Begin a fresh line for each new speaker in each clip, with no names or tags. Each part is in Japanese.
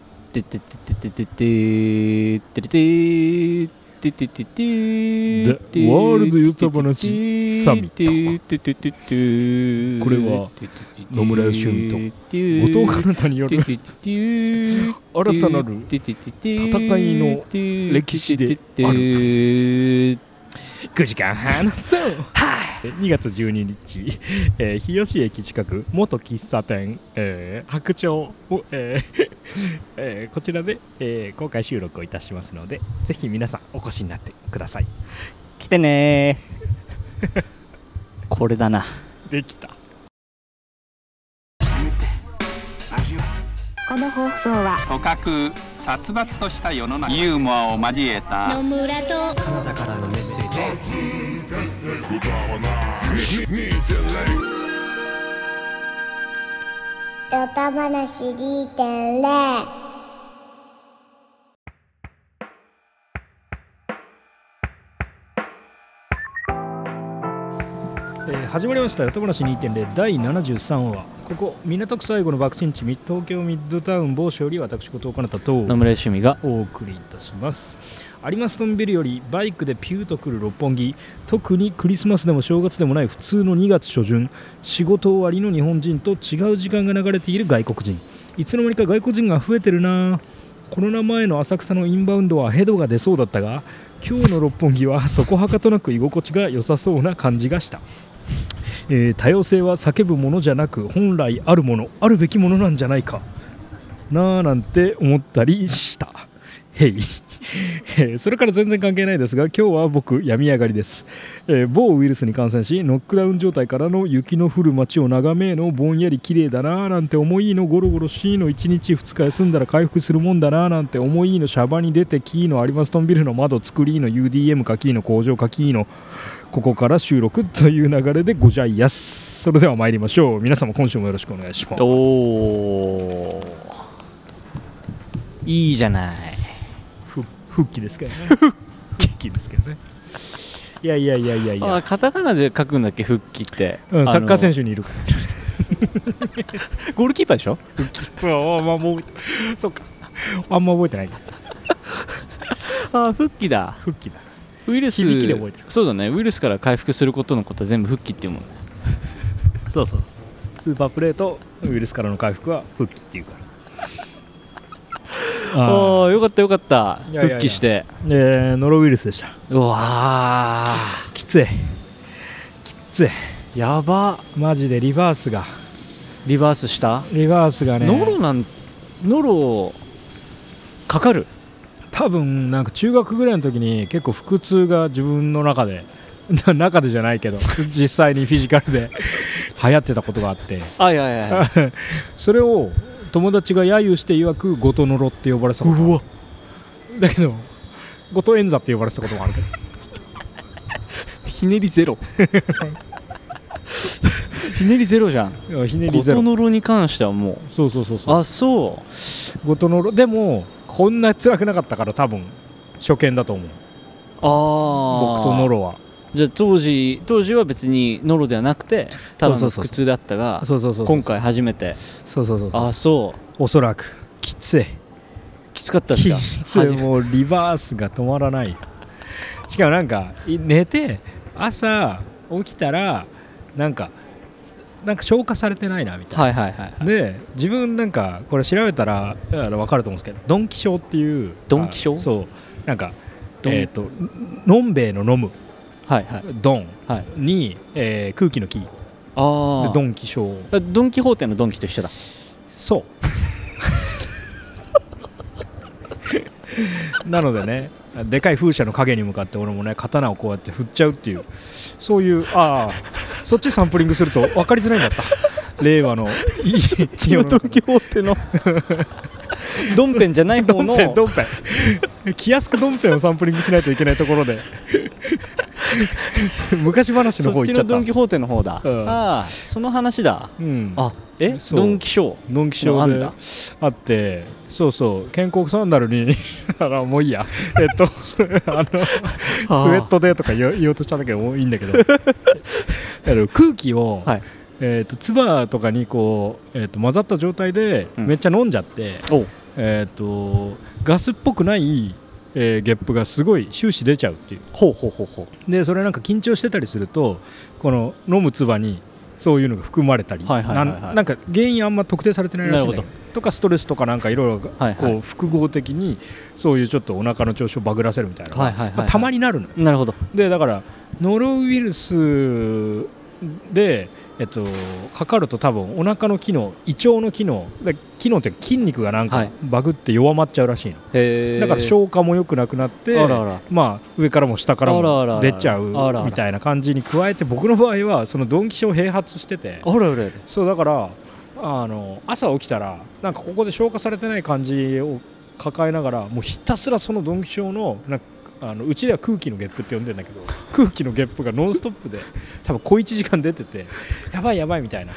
ててててててててててててててて
The World ヨタ話サミッ
トこ
これは野村義文と後藤
か
かなたによる
新
新たなる戦いの歴史であ
る
9時間話そう2月12日、えー日吉駅近く元喫茶店、えー白鳥を、えー えーこちらで、えー公開収録をいたしますのでぜひ皆さんお越しになってください
来てね ーこれだな
できた
この放送は
組閣殺伐とした世の中ユーモアを交えた
野村と
カナダからのメッセージ
ヨタ話2.0
えー始まりました「よたばらし2.0」第73話ここ港区最後の爆心地ミッド東京ミッドタウン某所より私後藤かなたと
野村義美が
お送りいたします有馬ストンビルよりバイクでピューと来る六本木特にクリスマスでも正月でもない普通の2月初旬仕事終わりの日本人と違う時間が流れている外国人いつの間にか外国人が増えてるなコロナ前の浅草のインバウンドはヘドが出そうだったが今日の六本木はそこはかとなく居心地が良さそうな感じがした、えー多様性は叫ぶものじゃなく本来あるものあるべきものなんじゃないかなあなんて思ったりした。へい。えーそれから全然関係ないですが今日は僕病み上がりです、えー某ウイルスに感染しノックダウン状態からの雪の降る街を眺めのぼんやり綺麗だなあなんて思いのゴロゴロしいの1日2日休んだら回復するもんだなあなんて思いのシャバに出てキーの有馬ストンビルの窓作りの UDM かキーの工場かキーのここから収録という流れでごじゃいやすそれでは参りましょう皆様今週もよろしくお願いします
おーいいじゃない
ふ復帰ですけどね 復帰ですけどねいやいやいやいやいや
あカタカナで書くんだっけ復帰って、
うん、サッカー選
手
手にいるから
ゴールキーパーでしょ
そうあんまもうそうかあんま覚えてない
あー復帰だ
復帰だ
ウイルス
響きで覚えてる
そうだねウイルスから回復することのことは全部復帰っていうもんね
そうそうそうスーパープレーとウイルスからの回復は復帰っていうからあ
ああーよかったよかった
いやいやいや
復帰して
えーノロウイルスでした
うわ
きついきつい
ーやば
マジでリバースが
リバースした、
リバースがね
ノロなんノロかかる
多分なんか中学ぐらいの時に結構腹痛が自分の中で な中でじゃないけど実際にフィジカルで 流行ってたことがあって
あいやいやいや
それを友達が揶揄して曰く「後藤のろ」って呼ばれてたことがあるだけど後藤演座って呼ばれてたこともあるけど
ひねりゼ ロひねりゼロじゃん
いやひねりゼ
音
ロ
のろに関してはもう
そうそうそうそう
あそ
後藤のろでもこんな辛くなかったから多分初見だと思う
うああ
僕とノロは
じゃあ当時当時は別にノロではなくてただ
そ
の
うそうそう
苦痛だったが
そうそうそうそう
今回初めて
そうそうそう
あそ
おそらくきついう
きつかったですか
き つ
初
い
め
もうリバースが止まらないしかもなんかい寝て朝起きたらなんかなんか消化されてないなみたいな、
はいはいはい
で自分なんかこれ調べたらあの分かると思うんですけどドンキショーっていう
ドンキショー
あそうなんか
ドン
えっ、とのんべえの飲む
はいはい
ドン
はい
に、えー空気の木で
ああ
ドンキショー
あドン・キホーテのドンキと一緒だ
そ うなのでねでかい風車の影に向かって俺もね刀をこうやって振っちゃうっていうそういうああそっちサンプリングすると分かりづらいんだった令和のいい世の中の
ホーテのドンペンじゃない
ド
方
ン
の
ペンドンペン気安くドンペンをサンプリングしないといけないとこ ろで昔話
そ
の方
っ
行
ち
っちゃ
の
っ
ドン・キ
た
ホーテの方だ、
うん
ああその話だ
うん
あえ
そう
ドン・キショー
ドンキショ
の案
ー
だ
であってそうそう健康サンダルにあらもうい いやえっとあのスウェットでとか言おう言おうとしたんだけどもういいんだ けどあの空気を、
はい
えっと唾とかにこう、えっと混ざった状態で
うん
めっちゃ飲んじゃって、
おう
えー、とガスっぽくない、えーゲップがすごい終始出ちゃうっていう
ほうほうほうほ
でそれなんか緊張してたりするとこの飲む唾にそういうのが含まれたり
はいはいはいはい
なんなんか原因あんま特定されてないらしいんだけど
なる
とかストレスとかなんかいろいろ
はいはい
こう複合的にそういうちょっとお腹の調子をバグらせるみたいなのが、
はいはいはいはい
まあたまになるのよ
うなるほど
でだからノロウイルスで、えっと、かかると多分お腹の機能胃腸の機能で機能って筋肉がな
は
んか
い
バグって弱まっちゃうらしいの、
へえ
だから消化も良くなくなって
あらあら
まあ、上からも下から
あらあらあ
も
ら
出ちゃ
あらあら
うみたいな感じに加えて僕の場合はそのドンキシを併発してて
あらあらあら
そうだからあの朝起きたらなんかここで消化されてない感じを抱えながらもうひたすらそのドンキショーのなんかあのうちでは空気のゲップって呼んでんだけど空気のゲップがノンストップで多分小1時間出ててやばいやばいみたいな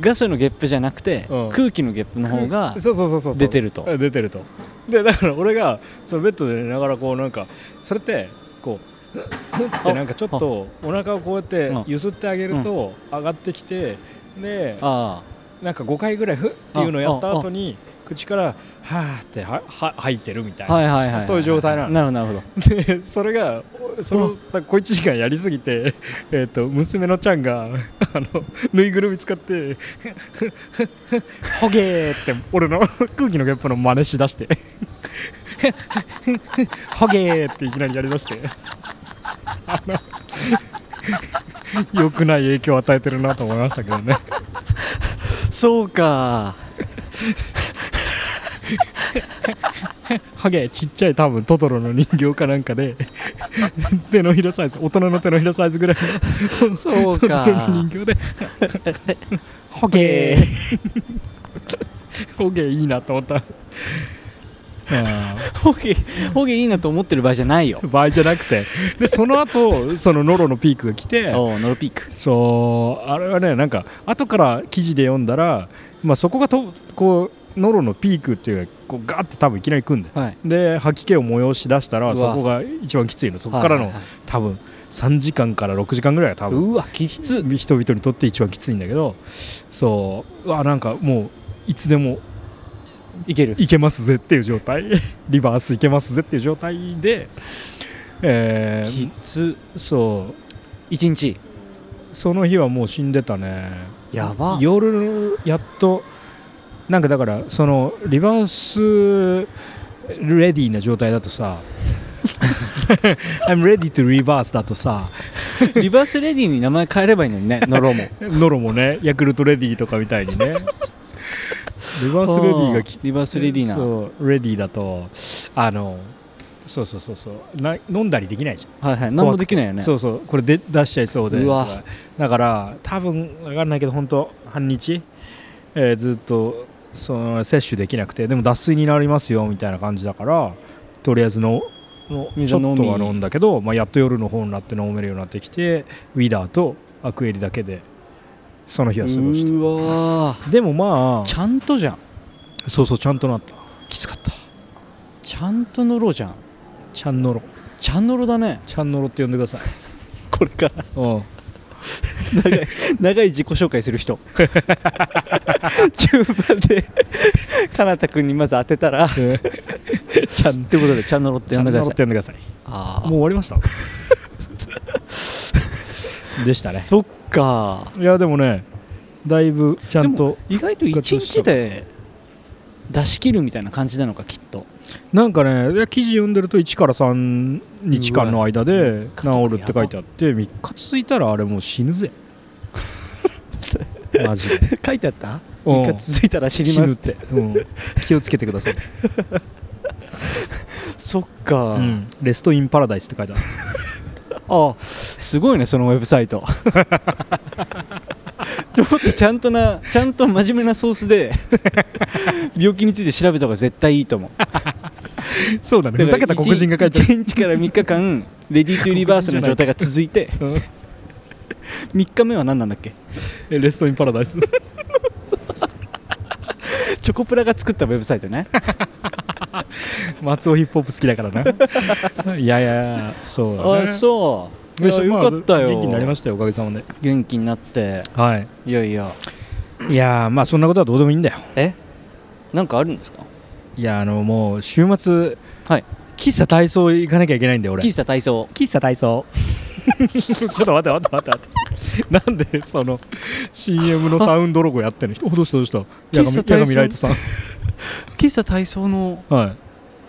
ガスのゲップじゃなくて、
うん
空気のゲップの方が
そうそうそうそう
出てると
出てるとでだから俺がそのベッドで寝ながらこうなんかそれってこうってなんかちょっとお腹をこうやって
うん
揺すってあげると上がってきてで
あ
なんか5回ぐらいふっていうのをやった後に口からはーってはは吐いてるみたい
あ
な、
はいはいはいはい
そういう状態なの
なるほどなるほど
でそれがおそのなんか小1時間やりすぎて、えー、と娘のちゃんがあのぬいぐるみ使って「ほげー」って俺の空気のゲップの真似しだして「ほげー」っていきなりやりだしてあの良くない影響を与えてるなと思いましたけどね。
そうか
ハゲちっちゃい多分トトロの人形かなん かで手のひらサイズ大人の手のひらサイズぐらいの
そう
トトロ
か
の人形でハゲ ハゲいいなと思ったあー
ホゲホゲいいなと思ってる場合じゃないよ
場合じゃなくてでその後そのノロのピークが来て
おうノロピーク
そうあれはねなんか後から記事で読んだら、まあ、そこがとこうノロのピークっていうかこうガーって多分いきなり来るんだよ
はい
で吐き気を催し出したら
うわ
そこが一番きついのそこからの、
はいはいはい
多分3時間から6時間ぐらいは多分
うわきっつ
人々にとって一番きついんだけどそううわなんかもういつでも
いける
いけますぜっていう状態 リバースいけますぜっていう状態で、えー
きっつ
そう
一日
その日はもう死んでたね
やば
夜やっとなんかだからそのリバースレディーな状態だ とさ I'm ready to reverse だとさ
リバースレディーに名前変えればいいのにねノロ も
ノロもねヤクルトレディーとかみたいにねリバースレディーがき
リバースレディーな
そうレディーだとあのそうそうそうそうな飲んだりできないじゃん
はいはい何もできないよね
そうそうこれで出しちゃいそうで
うわ
だから多分分かんないけど本当半日、えーずっとその摂取できなくてでも脱水になりますよみたいな感じだからとりあえずののち
水
ょ
を
っ
飲み
とは飲んだけど、まあ、やっと夜の方になって飲めるようになってきてウィダーとアクエリだけでその日は過ごし
うわ
たでもま
ちゃんとじゃん
あそうそうちゃんとなったきつかった
ちゃんとノロじゃん
ちゃんのろ
ちゃんノロだね
ちゃんのろって呼んでください
これから
うん
長い 長い自己紹介する 人中盤でかなたくんにまず当てたら ちゃ
え
んってことでちゃんのろって呼
ちゃ
んでく
んのろ
だ
っ
さ
て
い
呼んでください
ああ
もう終わりま したでしたね
そっか
いやでもねだいぶちゃん
で
と
も意外と一日で出し切るみたいな感じなのかきっと
なんかねいや記事読んでると1から3日間の間で
うわ
治るって書いてあって3日続いたらあれもう死ぬ ぜマジで
書いてあった
うん
3日続いたら知りますって
死ぬって、うん気をつけてください、
そっか、
うんレストインパラダイスって書いてある
あすごいねそのウェブサイト ちょっとちゃんとなちゃんと真面目なソース で病気について調べた方が絶対いいと思う
そうだねふざけた黒人が書いてある
1日から3日間レディー・トゥ・リバースの状態が続い て
うん
3日目は何なんだっけ
えレストインパラダ イス
チョコプラが作ったウェブサイトね
松尾ヒップホップ好きだから ないやいやそうだね
あそうい
よ
や
し
よ
まあ
かったよ
元気になりましたよおかげさまで
元気になって
はい
いやいや
いやーまあそんなことはどうでもいいんだよ
えなんかあるんですか
いやあのもう週末、
はい
喫茶体操行かなきゃいけないんだよ俺
喫茶体操
喫茶 体操ちょっと待って待って待って待ってなんでその CM のサウンドロゴやってんの人どうしたどうした
喫茶体操
矢神ライトさん
喫茶体操の
はい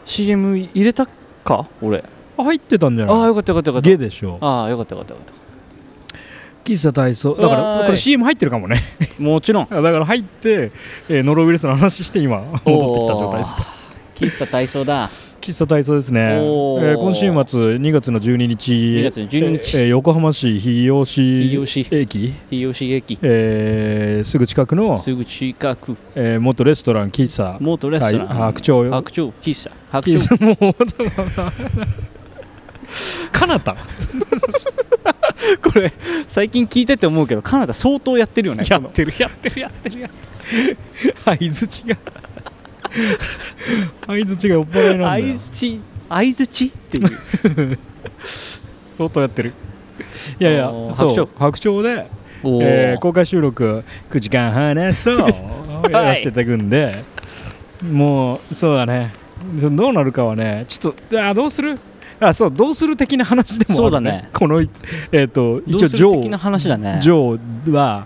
CM 入れたか俺
あ入ってたんじゃ
ああ
な
よかったよかったよかった
いゲでしょ
ああよかったよかったよかっ
喫茶体操だか
わー
ら
い
これ CM 入ってるかもね
たもちろん
だから入って、えーノロウイルスの話して今戻ってきた状態です
おー喫茶体操だ
喫茶体操ですね、え
おー
ー今週末2月の12日
2月の12日
えー横浜市日吉
日吉
駅、
日吉駅
えーすぐ近くの、
すぐ近く
えー元レストラン喫茶
元レストラン
はい白鳥
白鳥喫茶白
喫
鳥
茶もう本当かな た
これ最近聞いてて思うけどカナダ相当やってるよね
やってるやってるやってる やってる相づちが相づちがおっぱいなんだ
相
よ
づち相づちっていう
相当やってるいやいや
あー
そう
白
白鳥で
お
えー
ー
公開収録9時間 話そうやらせていただくんで、もうそうだねそどうなるかはねちょっとあどうするあそうどうする的な話でもある、ね、
そうだね
この、えー、と
どう
一応
す
ジ
る
ョ
的な
ー
話だね
ジョーは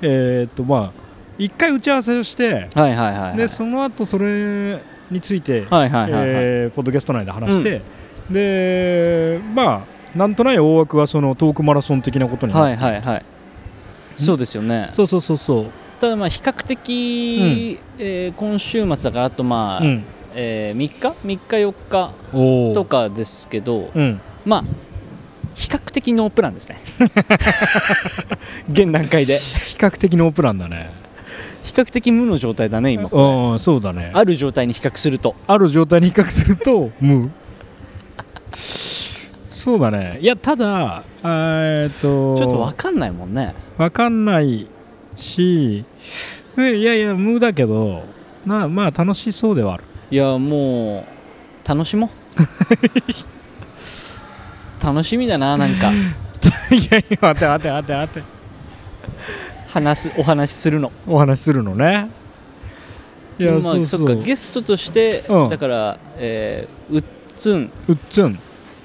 えっ、とまあ一回打ち合わせをして、
はいはいはいはい
でその後それについて、
はいはいはいはい
えーポッドキャスト内で話して、でまあなんとない大枠はそのトークマラソン的なことにな
はいはいはいそうですよね
そうそうそうそう
ただまあ比較的、えー今週末だからあとまあ、
うん、
えー3日3日4日
おー
とかですけど、
うん、
まあ比較的ノープランですね 現段階で
比較的ノープランだね
比較的無の状態だね今
うんそうだねあ
ある状態に比較すると
る状態に比較すると無そうだねいやただあーえっと
ちょっとわかんないもんね
わかんないしえいやいや無だけどなまあ楽しそうではある
いやもう楽しもう楽しみだななんか
いやいや待て待て待て待て
話すお話しするの
お話しするのねいや、
まあ、
そうそ
っ
う
かゲストとして、
うん
だから、えーうっつん
うっつん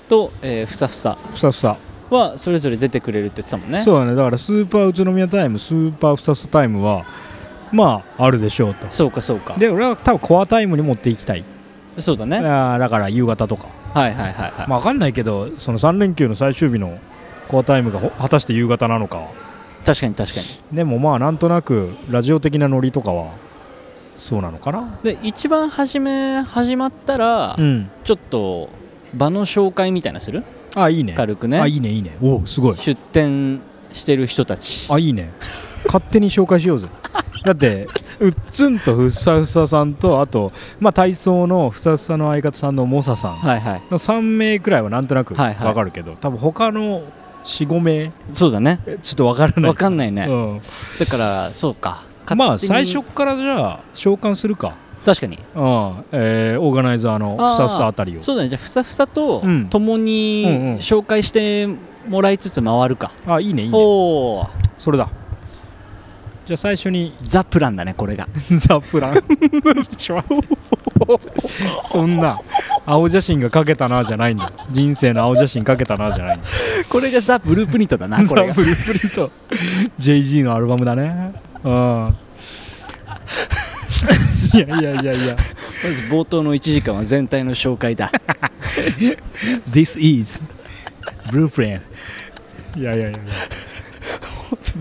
と、えーふさふさ
ふさふさ
はそれぞれ出てくれるって言ってたもんね
そうだねだからスーパー宇都宮タイムスーパーふさふさタイムはまああるでしょうと
そうかそうか
で俺は多分コアタイムに持っていきたい
そうだねはい
あーだから夕方とか、
はいはいはい、
まあ、分かんないけどその3連休の最終日のコアタイムがほ果たして夕方なのかは
確かに確かに
でもまあなんとなくラジオ的なノリとかはそうなのかな
で一番初め始まったら、
うん
ちょっと場の紹介みたいなする
あいいね
軽くね
あいいねいいねおおすごい
出店してる人たち
あいいね勝手に紹介し ようぜだってうっつんとふさふささんとあと、まあ、体操のふさふさの相方さんのモサさん
はいはい
の3名くらいはなんとなく
はい
分
はい
かるけど、多分他の45名
そうだね
えちょっと分からない
わかんないね、
うん、
だからそうか勝手に
まあ最初からじゃあ召喚するか、
確かに
うんえーオーガナイザーのふ
あー
さふさあたりを
そうだねじゃあふさふさと
うん
共に
うんうん
紹介してもらいつつ回るか、
あいいねいいね
おお
それだじゃあ最初に
ザプランだねこれが
ザ・プラン ちょそんな青写真がかけたなじゃないんだよ人生の青写真かけたなじゃないんだよ
これがザ・ブループリントだなこ
ザ・
れが
ブループリント JG のアルバムだねうん いやいやいやいや
まず冒頭の1時間は全体の紹介 だ
This is Blueprint いやいやいや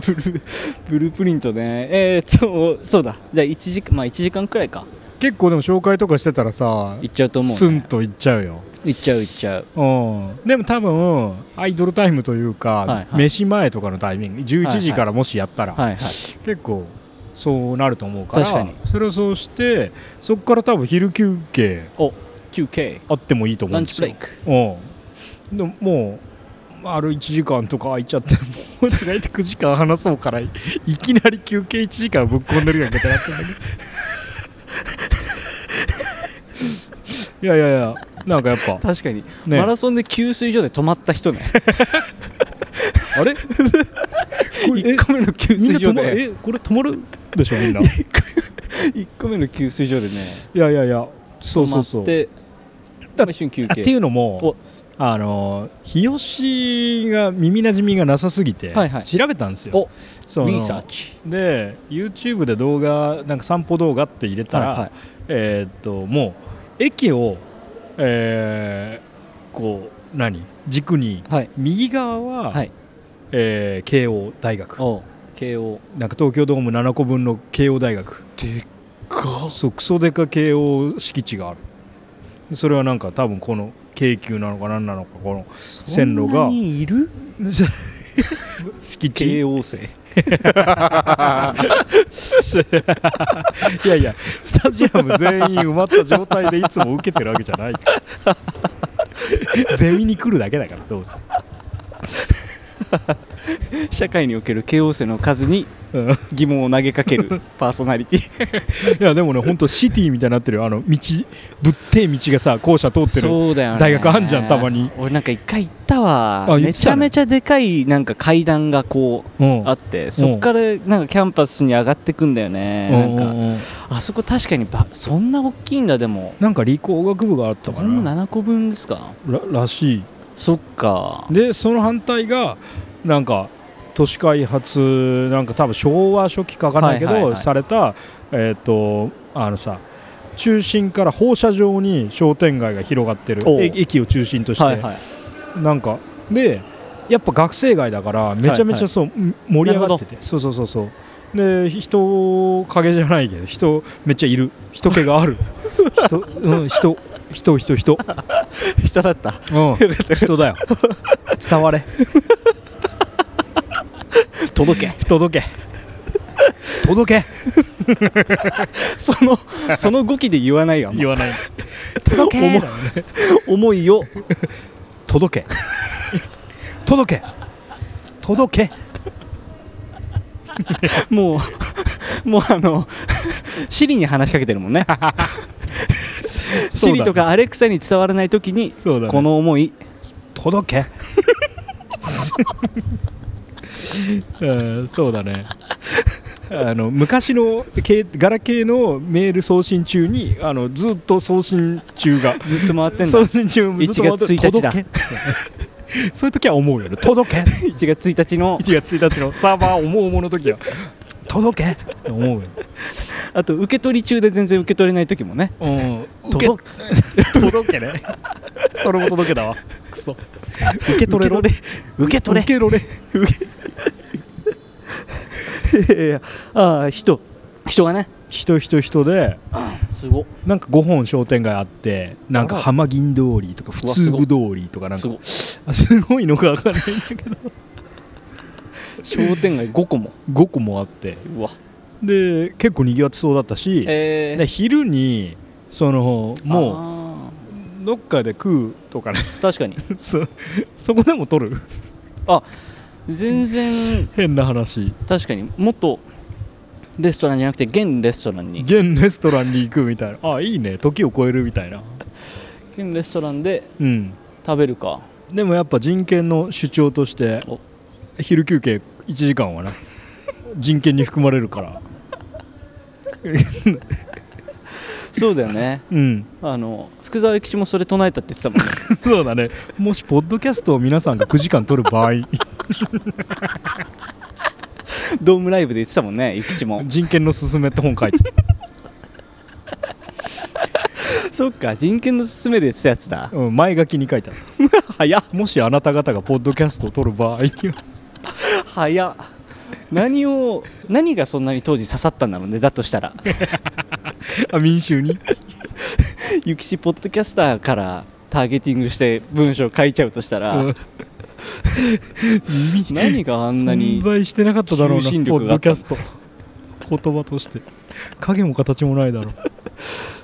ブルーブループリントねえー、っとそうだじゃあ1時間まあ1時間くらいか
結構でも紹介とかしてたらさ
いっちゃうと思
ス
う、
ン
ね、
といっちゃうよ、
いっちゃういっちゃう
うん、でも多分アイドルタイムというか、
はいはい
飯前とかのタイミング
はいは
11
い
時からもしやったら、
はいはい
結構そうなると思うから
確かに
それをそうしてそこから多分昼休憩
お QK
あってもいいと思
ラ
うん
ン
で
チ
す
ブ
よ
レイク
うんでももう丸1時間とか空いちゃってもう大体9時間話そうからいきなり休憩1時間ぶっ込んでるやんかってなってんだけどいやいやいやなんかやっぱ
確かに、
ね
マラソンで給水所で止まった人ね
あれ これえ
1個目の給
みん
水
な止
所
ま
で
えこれ止まるでしょみんな
1個目の給水所でね
いやいやいやそうそうそう
止まって
だ
一緒に休
あ
憩
っていうの
お
もあの日吉が耳なじみがなさすぎて
はいはい
調べたんですよ、
お
その
リサーチ
で YouTube で動画なんか散歩動画って入れたら、
はいはい
えーっともう駅を、えーこう何軸に
はい
右側は、
はい
えー慶応大学
お慶応
なんか東京ドーム7個分の慶応大学
でっか
そうクソデカ慶応敷地があるでそれはなんか多分この京急なのか何なのかこの線路が
そんなにいる
敷地
慶応生
いやいやスタジアム全員埋まった状態でいつも受けてるわけじゃ ないからゼミに来るだけだからどうせ
社会における慶応生の数に
うん
疑問を投げかけ るパーソナリティ
いやでもね本当シティみたいになってるよあの道ぶってえ道がさ校舎通ってる
そうだよね
大学あんじゃんたまに
俺なんか一回行ったわ
あ行って
めち
たの
ゃめちゃでかいなんか階段がこう
うん
あってそっからなんかキャンパスに上がってくんだよね
うん
なか
うんんうん
あそこ確かにばそんな大きいんだでも
なんか理工学部があった
こ
か
れも
な
7個分ですから
らしい
そっか
でその反対がなんか都市開発なんか多分昭和初期かわかんないけど、
はいはいはい
されたえっ、とあのさ中心から放射状に商店街が広がってる
おう
え駅を中心として、
はいはい
なんかでやっぱ学生街だからめちゃめちゃそう、ん盛り上がっててそうそうそうそうで人影じゃないけど人めっちゃいる人 気がある人、うん、人人人人、
人だった
うん、人だよ伝われ
届け
届け届け
そのその語気で言わないよ
言わない
届け思いを
届け届け届け
もうもうあのシリに話しかけてるも んねシリとかアレクサに伝わらないときに
そうだね
この思い
届け うんそうだねあの昔のけガラケーのメール送信中にあのずっと送信中が
ずっと回ってんだ
送信中もずっと回って
1月1日だ
届け そういう時は思うよね届け
1月1日の
1月1日のサーバー思う思うの時は届けって思うよ
あと受け取り中で全然受け取れない時もね
うん
受け
届け届けねそれも届けだわクソ受け取れろ
受け取れ
受け取れ
いやいやああ人人がね
人人人です
ご
なんか5本商店街あってなんか
あら
浜銀通りとか普
うわ
通
すご
部
い
通りとかなん
す
か
ご
あすごいのか分かんないんだけど
商店街5個も
5個もあって
うわ
で結構にぎわってそうだったし、
え
で昼にそのも
も
うどっかで食うとかね
う確かに
そそこでも取る
全然
変な話
確かにもっとレストランじゃなくて現レストランに
現レストランに行くみたいなあいいね時を超えるみたいな
現レストランで
うん
食べるか
でもやっぱ人権の主張として
お
昼休憩1時 間はな人権に含まれるから
そうだよ ね
うん
あの福沢諭吉もそれ唱えたって言ってたもんね
そうだねもしポッドキャストを皆さんが9時間撮る 場合
ドームライブで言ってたもんね諭吉 も
人権の勧めって本書いてた
そっか人権の勧めで言ってたやつだ
うん前書きに書いてあっ
早った
もしあなた方がポッドキャストを撮る場合には
早っ何を何がそんなに当時刺さったんだろうねだと したら
あ民衆に
諭吉ポッドキャスターからターゲティングして文章書いちゃうとしたら、
うん
何があんなに
存在してなかっただろうなポ
求心力が
ッ
あ
ド
っ
キ
た
ャスト言葉として影も形もないだろう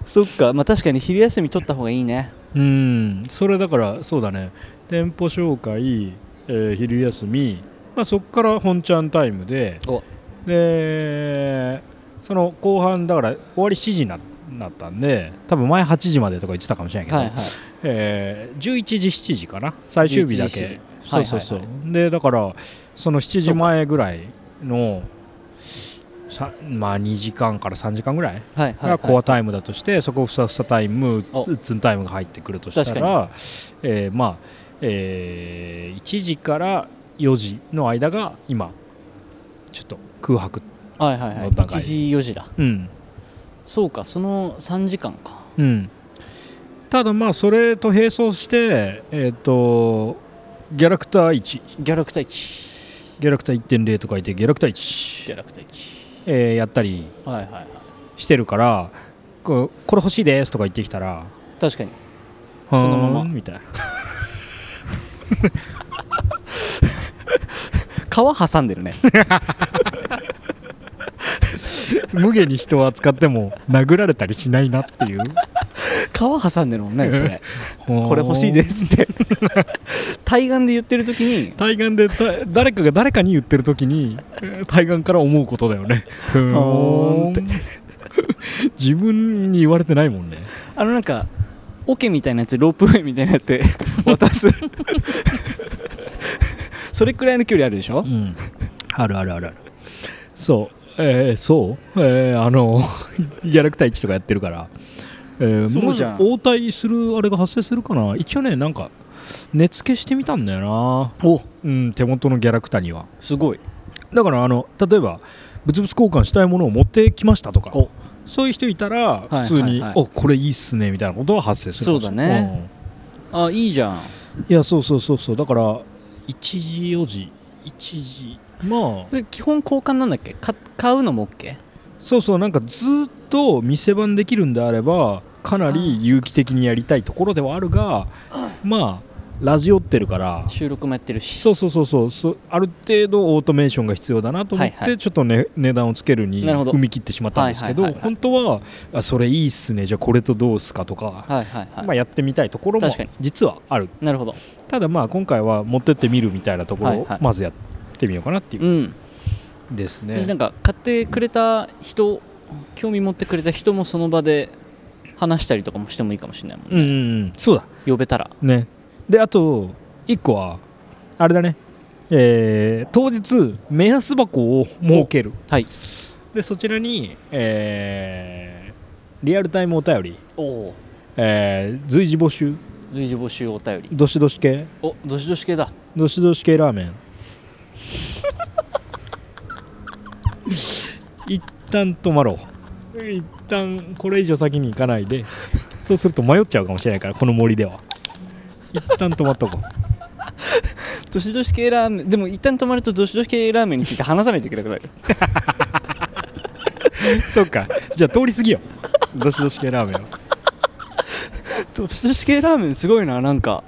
そっかまあ確かに昼休み取った方がいいね
うんそれだからそうだね店舗紹介、えー昼休み、まあ、そこから本ちゃんタイムで
お
でその後半だから終わり7時にななったんで多分前8時までとか言ってたかもしれないけど、
はいはい
えー11時7時かな最終日だ
11時7時
けそうそうそう、
はい
でだからその7時前ぐらいのさまあ、2時間から3時間ぐらい
はいはい、
がコアタイムだとして、そこふさふさタイム
お
うっつんタイムが入ってくるとした
確
ら、えーまあえー1時から4時の間が今ちょっと空白
はいはいはい
の段階
1時4時だ
うん
そうかその3時間か
うんただまあそれと並走してえっ、とギャラクター1
ギャラクタ1
ギャラクター1.0と書いてギャラクター
ギャ
1、
ラクタ1
えーやったり
はいはいはい
してるからこうこれ欲しいですとか言ってきたら
確かにそのまま
はーんみたいな
皮挟んで るね
無下に人を扱っても殴られたりしないなっていう
皮挟んでるもんねそれ こ
こ
れ欲しいですって 対岸で言ってる時に
対岸でた誰かが誰かに言ってる時にえー対岸から思うことだよねふーん
ほーんって
自分に言われてないもんね
あのなんか桶みたいなやつロープウェイみたいなやつ で渡すそれくらいの距離あるでしょ
うんあるあるあるあるそうえーそうえーあの ギャラクター1とかやってるから、えー
そうじゃん
まず応対するあれが発生するかな一応ねなんか根付けしてみたんだよな
お
うん手元のギャラクターには
すごい
だからあの例えば物々交換したいものを持ってきましたとか
お
そういう人いたら
いはいはい
普通に、おこれいいっすねみたいなことは発生する
そうだね、あいいじゃん
うんいやそうそうそうそうだから1時4時1時まあ
で基本交換なんだっけか買うのも OK?
そうそうなんかずっと店番できるんであればかなり有機的にやりたいところではあるがまあラジオってるから
収録もやってるし
そうそうそうそうそうある程度オートメーションが必要だなと思っ
はいは
てちょっと、ね値段をつけるに
なるほど
踏み切ってしまったんですけど
はいはいはいはい
本当はあそれいいっすねじゃあこれとどうっすかとか、
はいはいはい、
まあ、やってみたいところも
確かに
実はある
なるほど
ただまあ今回は持ってってみるみたいなところ
はい
を
はい
まずやってみようかなっていう、
うん、
です
な
ね
んか買ってくれた人興味持ってくれた人もその場で話したりとかもしてもいいかもしれないもんね、
うんうんうんそうだ
呼べたら
ねであと1個はあれだねえー当日目安箱を設ける
はい
でそちらに、えーリアルタイムお便り、
おお
えー随時募集
随時募集お便り
どしどし系
おどしどし系だ
どしどし系ラー メン一旦止まろう一旦これ以上先に行かないでそうすると迷っちゃうかもしれないからこの森では一旦止まっとこう
どしどし系ラーメンでも一旦止まるとどしどし系ラーメンについて話さないといけなくなる
そっかじゃあ通り過ぎようどしどし系ラーメンは
どしどし系ラーメンすごいななんか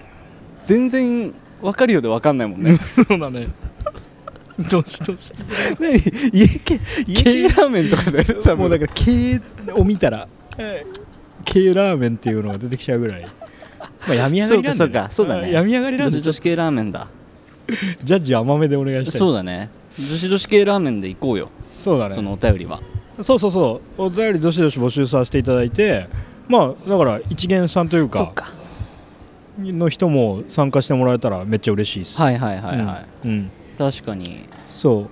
全然分かるようで分かんないもんね
そうだね どしどし
何家系家系ラーメンと かだよね多分
もうだから系を見たら系ラーメンっていうのが出てきちゃうぐらいまあ病み上が
そう
り
か
なん
そ
で
うかそうだね
病み上がりな
ど
んで
しどし系ラーメンだ
ジャッジ甘めでお願いしたいです
そうだねどしどし系ラーメンで行こうよ
そうだね
そのお便りは
そうそうそうお便りどしどし募集させていただいてまあだから一元さんという
そ
か
っか
の人も参加してもらえたらめっちゃ嬉しいです
はいいはいはいはい、
うん、うん
確かに
そう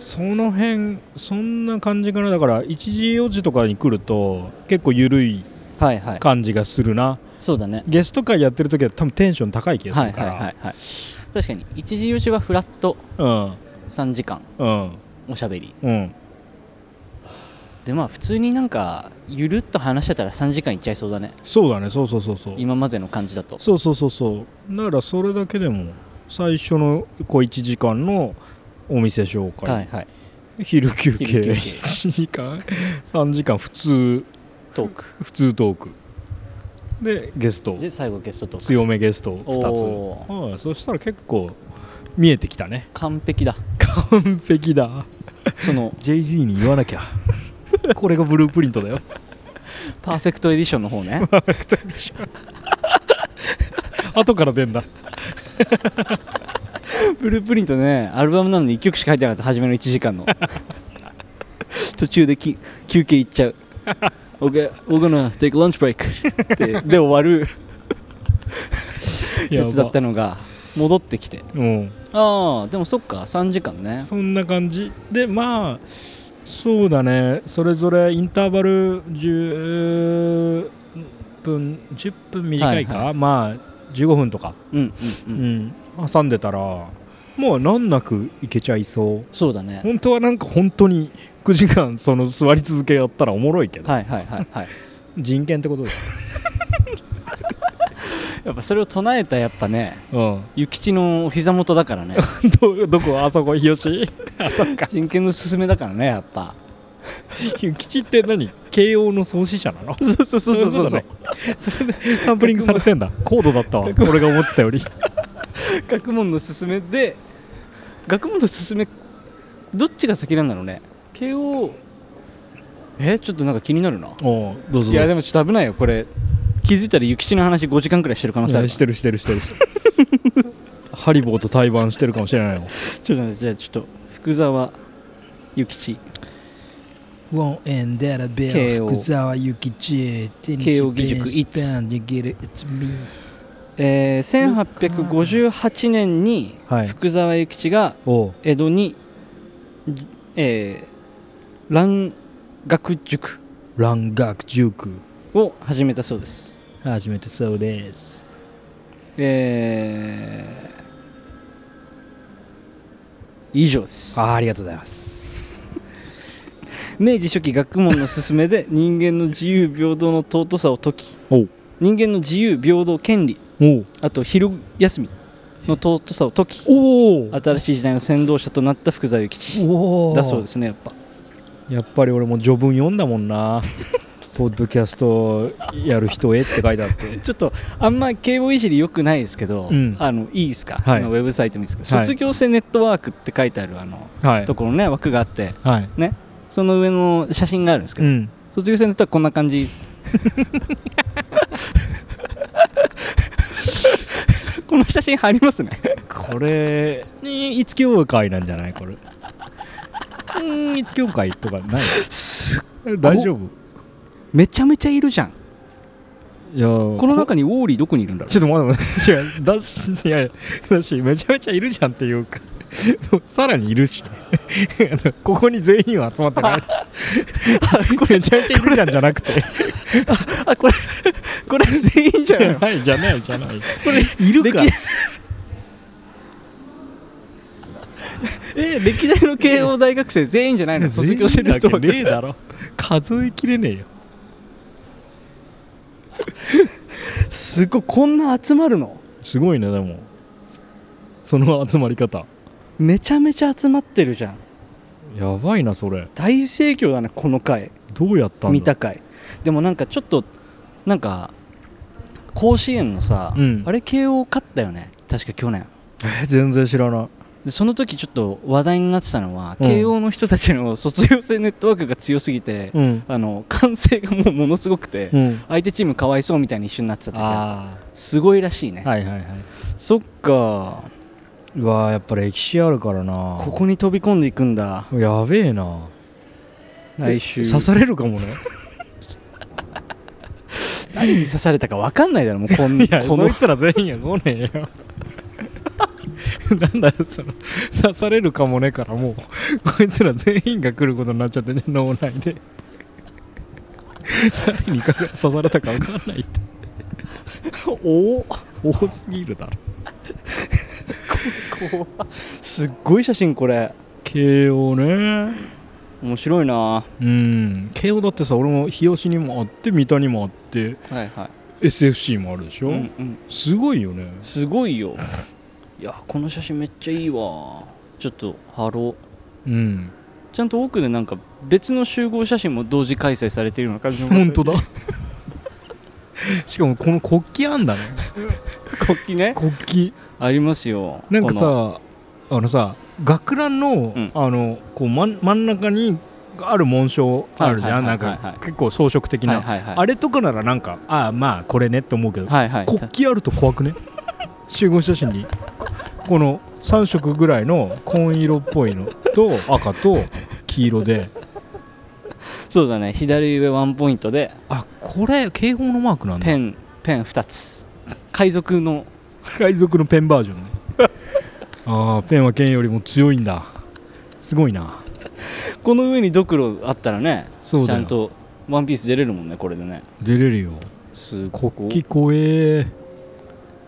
その辺そんな感じかなだから1時4時とかに来ると結構緩い
はいはい
感じがするな
そうだね
ゲスト会やってる時は多分テンション高い気がす
はい
るか
はい
ら、
はいはい確かに1時4時はフラット3時間
うんうん
おしゃべり
うん
でまあ普通になんかゆるっと話してたら3時間いっちゃいそうだね
そうだねそうそうそうそう
今までの感じだと
そうそうそうそうだからそれだけでも最初の小1時間のお店紹介、
はいはい
昼休憩
昼休憩
1時間3時間普通
トーク
普通トークでゲスト
で最後ゲストトーク
強めゲスト
お
2つはいそしたら結構見えてきたね
完璧だ
完璧だ
そ の
JZ に言わなきゃ これがブループリントだよ
パーフェクトエディションの方ね
後から出 んだ
ブループリントねアルバムなのに1曲しか入ってなかった初めの1時間の 途中でき休憩行っち ゃう OK we're gonna take a lunch break って で終わるやつだったのが戻ってきて
うん
ああでもそっか3時間ね
そんな感じでまあそうだねそれぞれインターバル10分10分短いか、
はい
まあ15分とか、
うんう
うん
うん
ん、挟んでたらもう難なくいけちゃいそう
そうだね
本当はなんか本当に9時間その座り続けやったらおもろいけど、
はいはいはいはい
人権ってことです、
やっぱそれを唱えたやっぱね
うん、
諭吉のお膝元だからね
どどこあそこ日吉 あそっか
人権の勧めだからねやっぱ
吉って何慶応の創始者なの
そうそうそうそうそう
そういうことね サンプリングされてんだ高度だったわ俺が思ってたより
学問の勧めで学問の勧めどっちが先なんだろうね慶応えちょっとなんか気になるな
おうどうぞどうぞ
いやでもちょっと危ないよこれ気づいたら諭吉の話5時間くらいしてる可能性あ
う
る
んしてるしてるしてるしてるハリボーと対バンしてるかもしれないよ
ちょっと待ってじゃあちょっと福沢諭吉
ワンエンデラベ
慶
ル
応
福沢諭吉
慶応義塾 It's
握る It's me
えー、1858年に
はい
福沢諭吉が
おう
江戸に、じえー、蘭学塾
蘭学塾
を始めたそうです、
初めてそうです
えー以上です
あーありがとうございます
明治初期学問の勧め で人間の自由平等の尊さを説き
おう
人間の自由平等権利
おう
あと昼休みの尊さを解き
おう
新しい時代の先導者となった福沢諭吉
お
だそうですねやっぱ
やっぱり俺も序文読んだもんなポッドキャストやる人へって書いてあって
ちょっとあんま敬語いじりよくないですけど、
うん
あのいいですか、
はい
あのウェブサイト見ですか、
はい
卒業生ネットワークって書いてあるあの、
はい
ところね枠があって
はい
その上の写真があるんですけ
う
ど、
ん
卒業生ネットはこんな感じ この写真貼りますね
これにいつ協会なんじゃないこれうーんいつ協会とかない
す
大丈夫
めちゃめちゃいるじゃん
いやー
この中にウォーリーどこにいるんだろ
ちょっと待って待って違うだしいやだしめちゃめちゃいるじゃんっていうかさらにいるし あのここに全員は集まってないめちゃめちゃいるじゃんじゃなくて
うあこれ これ全員じゃん
はい じゃないじゃないこれいるか
歴え歴代の慶応大学生全員じゃないの卒業してる
だけ
人ばっかり
ねえだろ数えきれねえよ
すごいこんな集まるの
すごいねでもその集まり方
めちゃめちゃ集まってるじゃん
やばいなそれ
大盛況だねこの回
どうやったんだ
見た回でもなんかちょっとなんか甲子園のさ、
うん
あれ慶応勝ったよね確か去年
えー全然知らない
でその時ちょっと話題になってたのは、
うん
慶応の人たちの卒業生ネットワークが強すぎて、
うん
あの歓声がもうものすごくて、
うん
相手チームかわいそうみたいに一緒になってた時は
あ
すごいらしいね、
あはいはいはい
そっか
うわーやっぱ歴史あるからな
ここに飛び込んでいくんだ
やべえな
来週
刺されるかもね
何に刺されたか分かんないだろもうこん
いや
こ
そ
の
いつら全員や来ねえよなんだよその刺されるかもねからもうこいつら全員が来ることになっちゃってんじゃん脳内で誰にか刺されたか分かんないって
おお
多すぎるだろ
すっごい写真これ
慶応ね
面白いなは
うん慶応だってさ俺も日吉にもあって三田にもあって
いは
SFC もあるでし
い、
ょ、
うんうん、
すごいよね
すごいよいやこの写真めっちゃいいわちょっと貼ろう
うん
ちゃんと奥でなんか別の集合写真も同時開催されてるような感じの
本当だ しかもこの国旗あんだね
国旗ね
国旗
ありますよ
なんか
この
さあのさ学ランの,、
うん
あのこう真ん真ん中にある紋章あるじゃ
は
んないん
はいはいはいはい
か結構装飾的
は
な、
いはいはい
あれとかならなんかああまあこれねって思うけど、
はいはい
国旗あると怖くね 集合写真にここの3色ぐらいの紺色っぽいのと赤と黄色で
そうだね左上ワンポイントで
あこれ警報のマークなんだ
ペンペン2つ海賊の
海賊のペンバージョ ンねああペンは剣よりも強いんだすごいな
この上にドクロあったらね
そう
ち
だよ
ゃんとワンピース出れるもんねこれでね
出れるよ
すご
国
い
旗怖え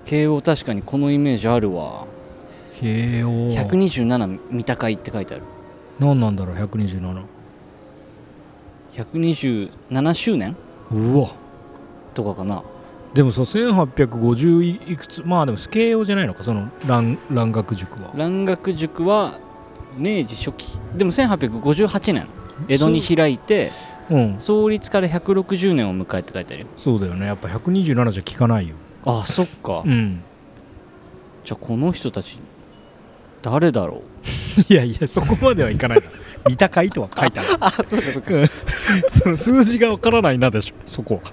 慶応確かにこのイメージあるわ
慶応
127三鷹井って書いてある
何なんだろう127
127周年
うわ
とかかな
でもさ1850いくつまあでも慶応じゃないのかその蘭蘭学塾は
蘭学塾は明治初期でも1858年江戸に開いて
うん
創立から160年を迎えって書いてあるよ
そうだよねやっぱ127じゃ効かないよ
あそっか、
うん
じゃあこの人たち誰だろう
いやいやそこまではいかないな 見たかいとは書いてあるうんその数字がわからないなでしょそこは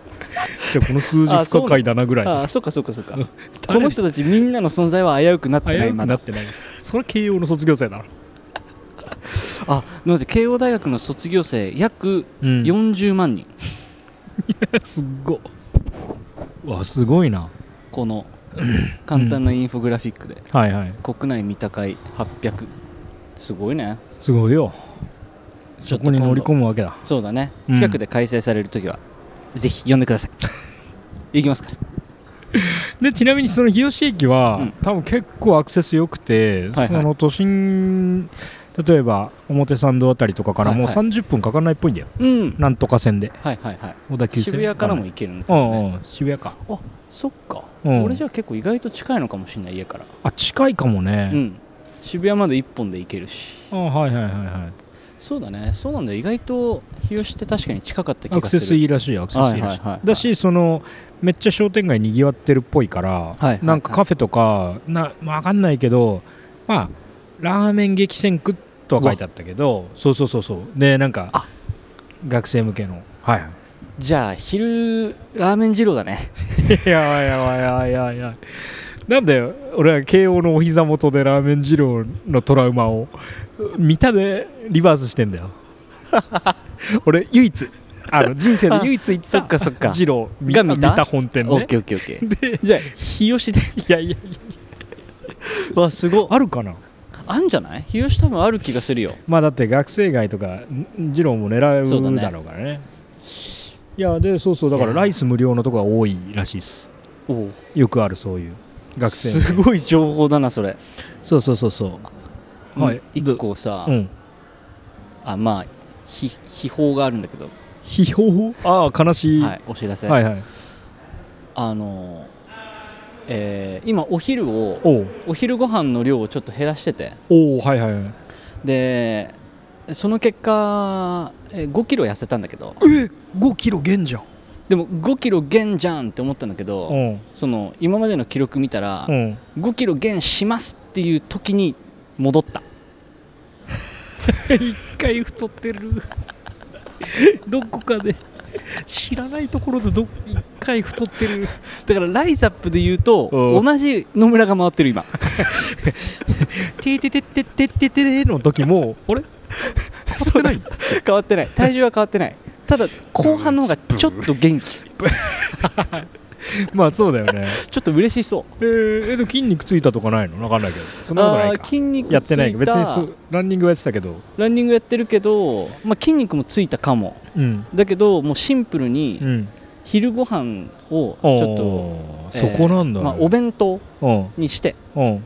じゃあこの数字
あ
不可解だなぐらい
あそっかそっかそっか
うん
この人たちみんなの存在は危うくなって
危
ないう
く
ま
な
だ
ってないそれ慶応の卒業生だろ
あなので慶応大学の卒業生約
うん
40万人、
すっごうわすごいな
この簡単なインフォグラフィックで、
はいはい
国内三鷹会800すごいね
すごいよ
ちょ
そ
っと
こに乗り込むわけだ
そうだね
うん
近くで開催される時は、ぜひ呼んでく ださい行きますから
でちなみにその日吉駅は、
うん
多分結構アクセス良く
は
て、
いはい
その都心例えば表参道あたりとかからもう
はいは
30分かかんないっぽいんだよ、
うん
なんとか線で
はいはいはい
小田急線
渋谷からも行けるんだ
う
よ
ん
ね
うん渋谷か
そっか、
うん
俺じゃあ結構意外と近いのかもしれない家から、
あ近いかもね、
うん渋谷まで1本で行けるし
あはいはいはいはい
そうだねそうなんだよ意外と日吉って確かに近かった気
ア
が
ク
す
セ
る
スいいらしいアクセスいいらしい,、
はいはいはい
だしそのめっちゃ商店街にぎわってるっぽいから、
いはい
なんかカフェとかなわかんないけどまあラーメン激戦区とは書いてあったけどそうそうそうそうでなんか
あ
学生向けのはいはい
じゃあ昼ラーメン二郎だね
いやいやいやいやいやなんで俺は慶応のお膝元でラーメン二郎のトラウマを見たでリバースしてんだよ俺唯一あの人生で唯一行った
そっかそっか
二郎見
が
見
見た
た本店
オッ
ね
ケーオッケーオッケー
で
じゃあ日吉 で
いやいやいや
わすごい
あるかな
あんじゃない日吉多分ある気がするよ
まあだって学生街とかん二郎も狙
そうだ
う
ね
だろうからねいやでそうそうだからライス無料のとこが多いらしいです
お
よくあるそういう学生
すごい情報だなそれ
そうそうそうそうはい
1個さ、
うん
あまあひ秘宝があるんだけど、
秘宝ああ悲しい、
はい、お知らせ、
はいはい
あのーえー今お昼を
おう
お昼ご飯の量をちょっと減らしてて
おうはいはいはい
でその結果5キロ痩せたんだけど
え5キロ減じゃん
でも5キロ減じゃんって思ったんだけど、
うん
その今までの記録見たら、
うん
5キロ減しますっていう時に戻った
一回太ってるどこかで知らないところでど一回太ってる
だからライザップで言うと
うん
同じ野村が回ってる今
ててててててての時もあれ太ってない
変わってない体重は変わってないただ後半の方がちょっと元気ちょ
まあそうだよね
っと嬉しそう
えー、えでも筋肉ついたとかないのわかんないけどそんなことな
あ
い
ー
か
筋肉ついた
やってないけど別にそうランニングはやってたけど
ランニングやってるけど、まあ、筋肉もついたかも
うん
だけどもうシンプルに
うん
昼ご飯をちょっと、
おー
えー
そこなんだ、ね
まあ、お弁当
うん
にして
うん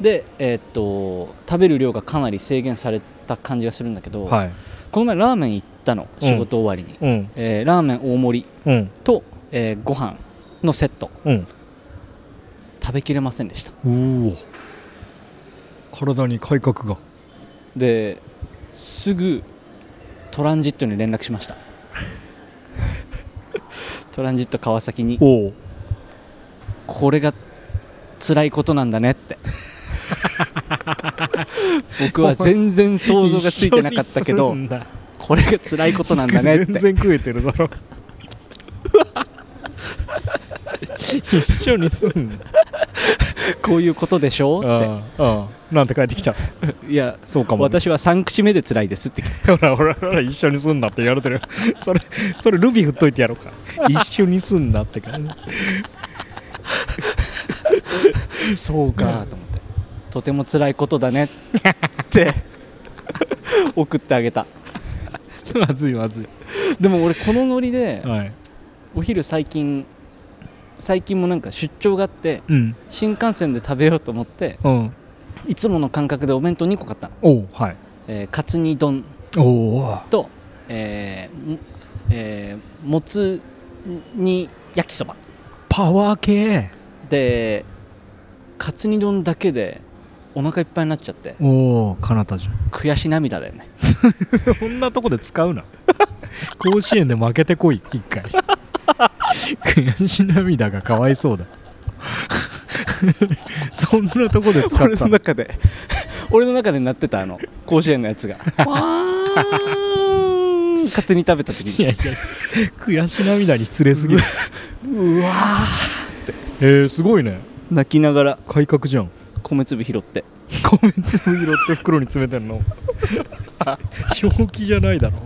で、えーっと食べる量がかなり制限された感じがするんだけど、
はい
この前ラーメン行ったの
うん
仕事終わりに、
うん
えーラーメン大盛り
うん
と、えー、ご飯のセット
うん
食べきれませんでした
うお体に改革が
ですぐトランジットに連絡しました トランジット川崎に
おお
これが辛いことなんだねって 僕は全然想像がついてなかったけ どこれが辛いことなんだねっ
全
て
然食えてるだろ一緒にすんな
こういうことでしょうっ
ああなんて返ってきた
ていや
そうかもね、
私は3口目で辛いですって
ほらほらほら一緒にすんなって言われてる それそれルビー振っといてやろうか一緒にすんなって感じ
そうかと思ってとても辛いことだねって送ってあげた
まずいまずい、
でも俺このノリで
はい
お昼最近最近もなんか出張があって
うん
新幹線で食べようと思って
うん、
いつもの感覚でお弁当2個買ったの、
おうはい
えー、カツ煮丼
おお
と、えーもえーもつ煮焼きそば
パワー系
でカツ煮丼だけでお腹いっぱいになっちゃって
おおかなたじゃん
悔し涙だよね
こんなとこで使うな甲子園で負けてこい一回悔し涙がかわいそうだ そんなとこで使ったの
中で 俺の中で鳴ってたあの甲子園のやつがわ ーんカツ煮食べた時
い
に
やいや悔し涙に失礼すぎる
うわー
えー、すごいね
泣きながら
改革じゃん
米粒拾って
米粒拾って袋に詰めてんの正気じゃないだろ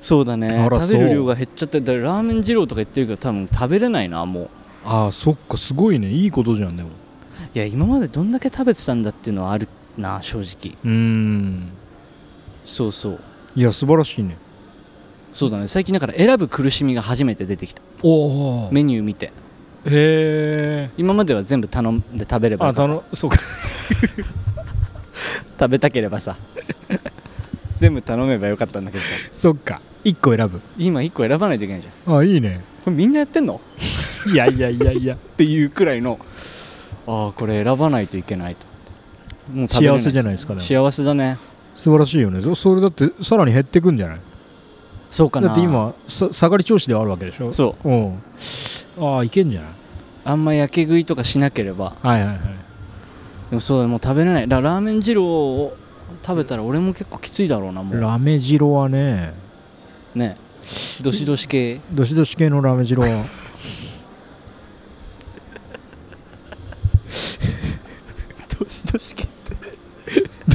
そうだね
あら
食べ
そう
る量が減っちゃってだからラーメン二郎とか言ってるけど多分食べれないなもう
ああそっかすごいねいいことじゃんでも
いや今までどんだけ食べてたんだっていうのはあるな正直
うーん
そうそう
いや素晴らしいね
そうだね最近だから選ぶ苦しみが初めて出てきた
おおへ
メニュー見て
え
今までは全部頼んで食べれば
あ
よかっ
あの そうか
た食べたければさ 全部頼めばよかったんだけどさ
そっか1個選ぶ
今1個選ばないといけないじゃん
あいいね
これみんなやってんの
いやいやいやいや
っていうくらいのああこれ選ばないといけないともう食べれ
幸せじゃない
い
ですかね
幸せだね
素晴らしいよねそそれだってさらに減ってくんじゃない
そうかな
だって今さ下がり調子ではあるわけでしょ
そう
うんああいけんじゃない
あんまやけ食いとかしなければ
はいはいはい
でもそうだねもう食べれないだからラーメン二郎を食べたら俺も結構きついだろうなもう
ラメロはね
ねどしどし 系
どしどし系のラメジロは
どしどし系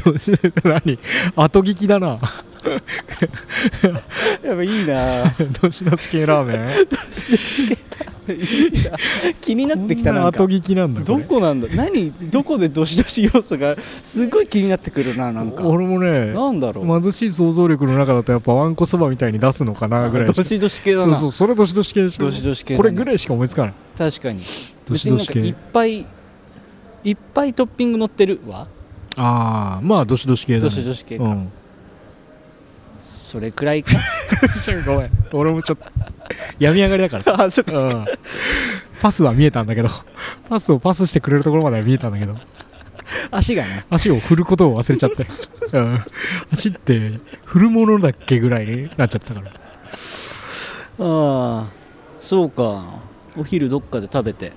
どし何後聞きだな
やっぱいいな
どしどし系ラーメン
気になってきたなんか
後聞きなんだ
ど
こ
こなんだ何どこでどしどし要素がすごい気になってくるななん
れ
か
俺もね
なんだろう
貧しい想像力の中だとやっぱわんこそばみたいに出すのかなぐらいし
ど
か
しどし系だ
そう
な
そうそれどしどし系でしょ
どしどし系だ
こ
ね
れぐらいしか思いつかない
確かに
ど
別
し
に
ど
なん
し
かいっ
系
ぱいいっぱいトッピング乗ってるわ
ああまあどしどし系だ、ね、
どしどし系か
うん
それくらい か
ごめん俺もちょっと病み上がりだからさ、
あそっ
う
そっ
ん、パスは見えたんだけどパスをパスしてくれるところまでは見えたんだけど
足がね
足を振ることを忘れち ゃって、うん、足って振るものだっけぐらいになっちゃってたから
ああそうかお昼どっかで食べて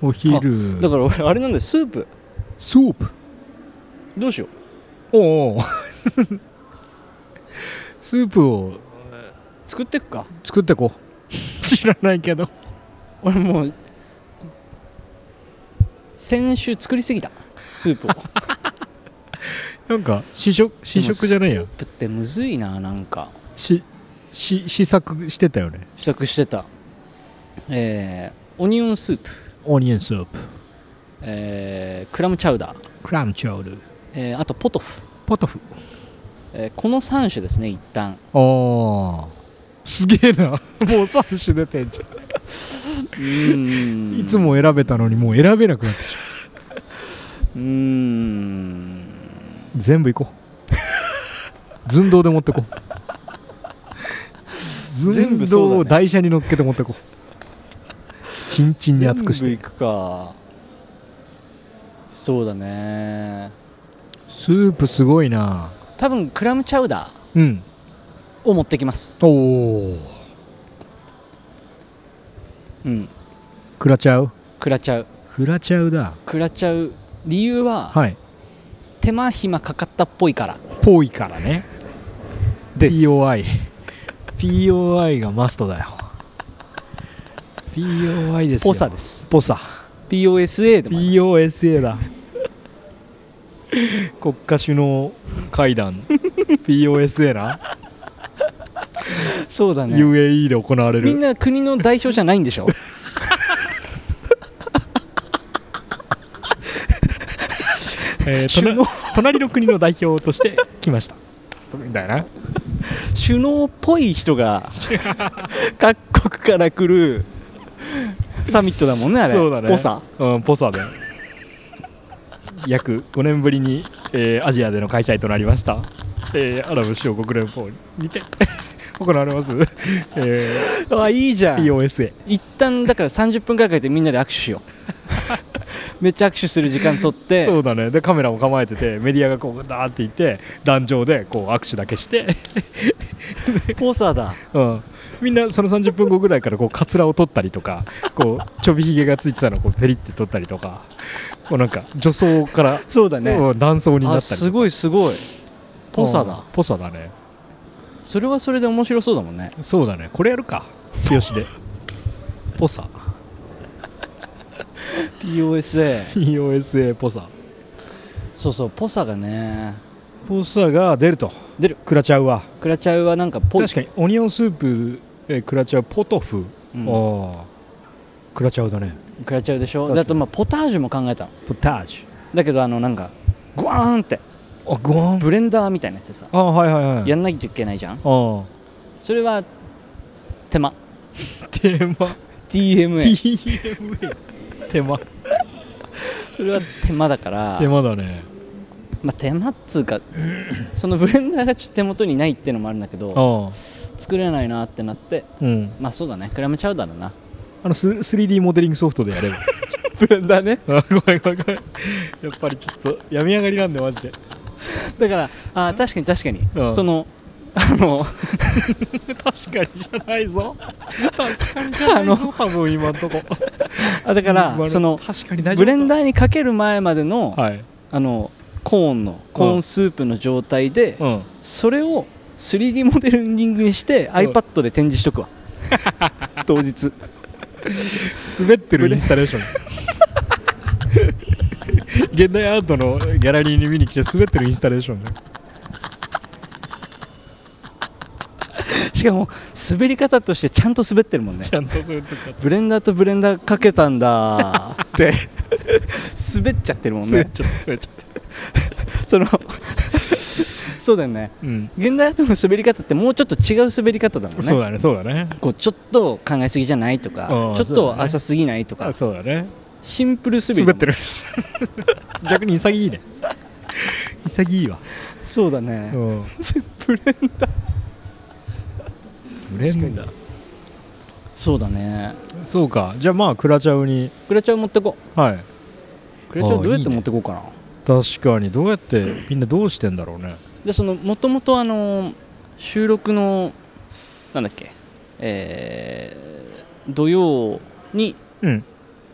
お昼
だから俺あれなんだよスープ
スープ
どうしよう
おう おうスープを
作ってくか
作ってこう 知らないけど
俺もう先週作りすぎたスー プを
なんか試食試食じゃないや
でもスープってむずいななんか
しし試作してたよね
試作してたえー、オニオンスープ、
オニオンスープ
えー、クラムチャウダー、
クラムチャウル
えー、あとポトフ、
ポトフ
えーこの3種ですね一旦
ああすげえな もう3種出てんじゃ
うー
ん
ん
いつも選べたのにもう選べなくなって
うーん
全部いこ う寸胴で持ってこう
全
寸
部そうだ
胴
ね
を台車に乗っけて持ってこう ちんちんに厚くし
全
て
部いくかそうだね
スープすごいな
多分クラムチャウダー
うん
を持ってきます
おお
うん
クラチャウ
クラチャウ
クラチャウだ
クラチャウ理由は
はい
手間暇かかったっぽいから
ぽいからね
です
POI POI がマストだよ POI ですよ
ポサです
ポサ
POSA でもあります
POSA だ 国家首脳会談 POSA な、
そうだね
UAE で行われる
みんな国の代表じゃないん でしょ
えー
首脳
隣隣の国の代表として来ました。 みたいな。
首脳っぽい人 が各国から来るサミットだもんねあれ
そうだね。
ぽさ。
うん、ポサで。約5年ぶりに、えーアジアでの開催となりました。えーアラブ首長国連邦にて 行われます、え
あいいじゃ
ー、
ん
EOSA。
一旦だから30分ぐらいかけてみんなで握手しよ うめっちゃ握手する時間取って
そうだねでカメラも構えててメディアがこうダーっていって壇上でこう握手だけして、
ポーサーだ
うん、みんなその30分後ぐらいからこうカツラを取ったりとかこうちょびひげがついてたのをこうペリって取ったりとかこうなんか女装から、
そうだね
うん男装になった
あ
りとか
すごいすごいポーサー
うん
だ
ポサだね
それはそれで面白そうだもんね
そうだねこれやるかよしでポサ
POSA
EOSA ポサ
そうそうポーサーがね
ポサが出ると
出る
クラチャウは
クラチャウはなんかポ
確かにオニオンスープえークラチャウポトフ、
うん
ああクラチャウだね
クラチャウでしょ
確か
だ
に
とまあポタージュも考えたの
ポタージ
だけどあのなんかグワーンって
ュあごわん
ブレンダーみたいなやつでさ
あはいはいはい
やんなきゃいけないじゃん
あ
それは手間
あ手間
TMA
PMA 手間
それは手間だから
手間だね
まあ、手間っつうかそのブレンダーがちょっと手元にないっていうのもあるんだけど
ああ
作れないなってなって
うん
まあそうだねクラムチャウダーだ な
あのス 3D モデリングソフトでやれば
ブレンダーね
あごめんごめんごめんやっぱりちょっと病み上がりなんでマジで
だからあー確かに確かに、
うん
そのあの
確かにじゃないぞ確かにじゃないぞ多分今んとこ
あだから、
まあ
その
確かに大丈
ブ
夫
レンダ
ー
ーにかける前までの,、
はい
あのコーンのコーンスープの状態で、
うん
それを 3D モデリングにして、iPad で展示し とくわ当日
滑ってるインスタレーション現代アートのギャラリーに見に来て滑ってるインスタレーションね
しかも滑り方としてちゃんと滑ってるもんね
ちゃんとそういうと こ
ブレンダーとブレンダーかけたんだーって滑っちゃってるもん
滑っ
ね
ちゃった滑っちゃった
その そうだよね
うん
現代アートの滑り方ってもうちょっと違う滑り方だもんね
そうだねそうだね
こうちょっと考えすぎじゃないとか
うん
ちょっ
そうだ
と
ね
浅すぎないとか、
あそうだね
シンプル滑りだもん
滑ってる逆に潔いね潔いわ
そうだね、
うん
ブレンダー
ブレンダー
そうだね
そうかじゃあまあクラチャウに
クラチャウ持ってこ
はい
クラチャウどうやって
ああいいね
持ってこうかな
確かにどうやってみんなどうしてんだろうね
でそのもともとあの収録のなんだっけえー土曜に
うん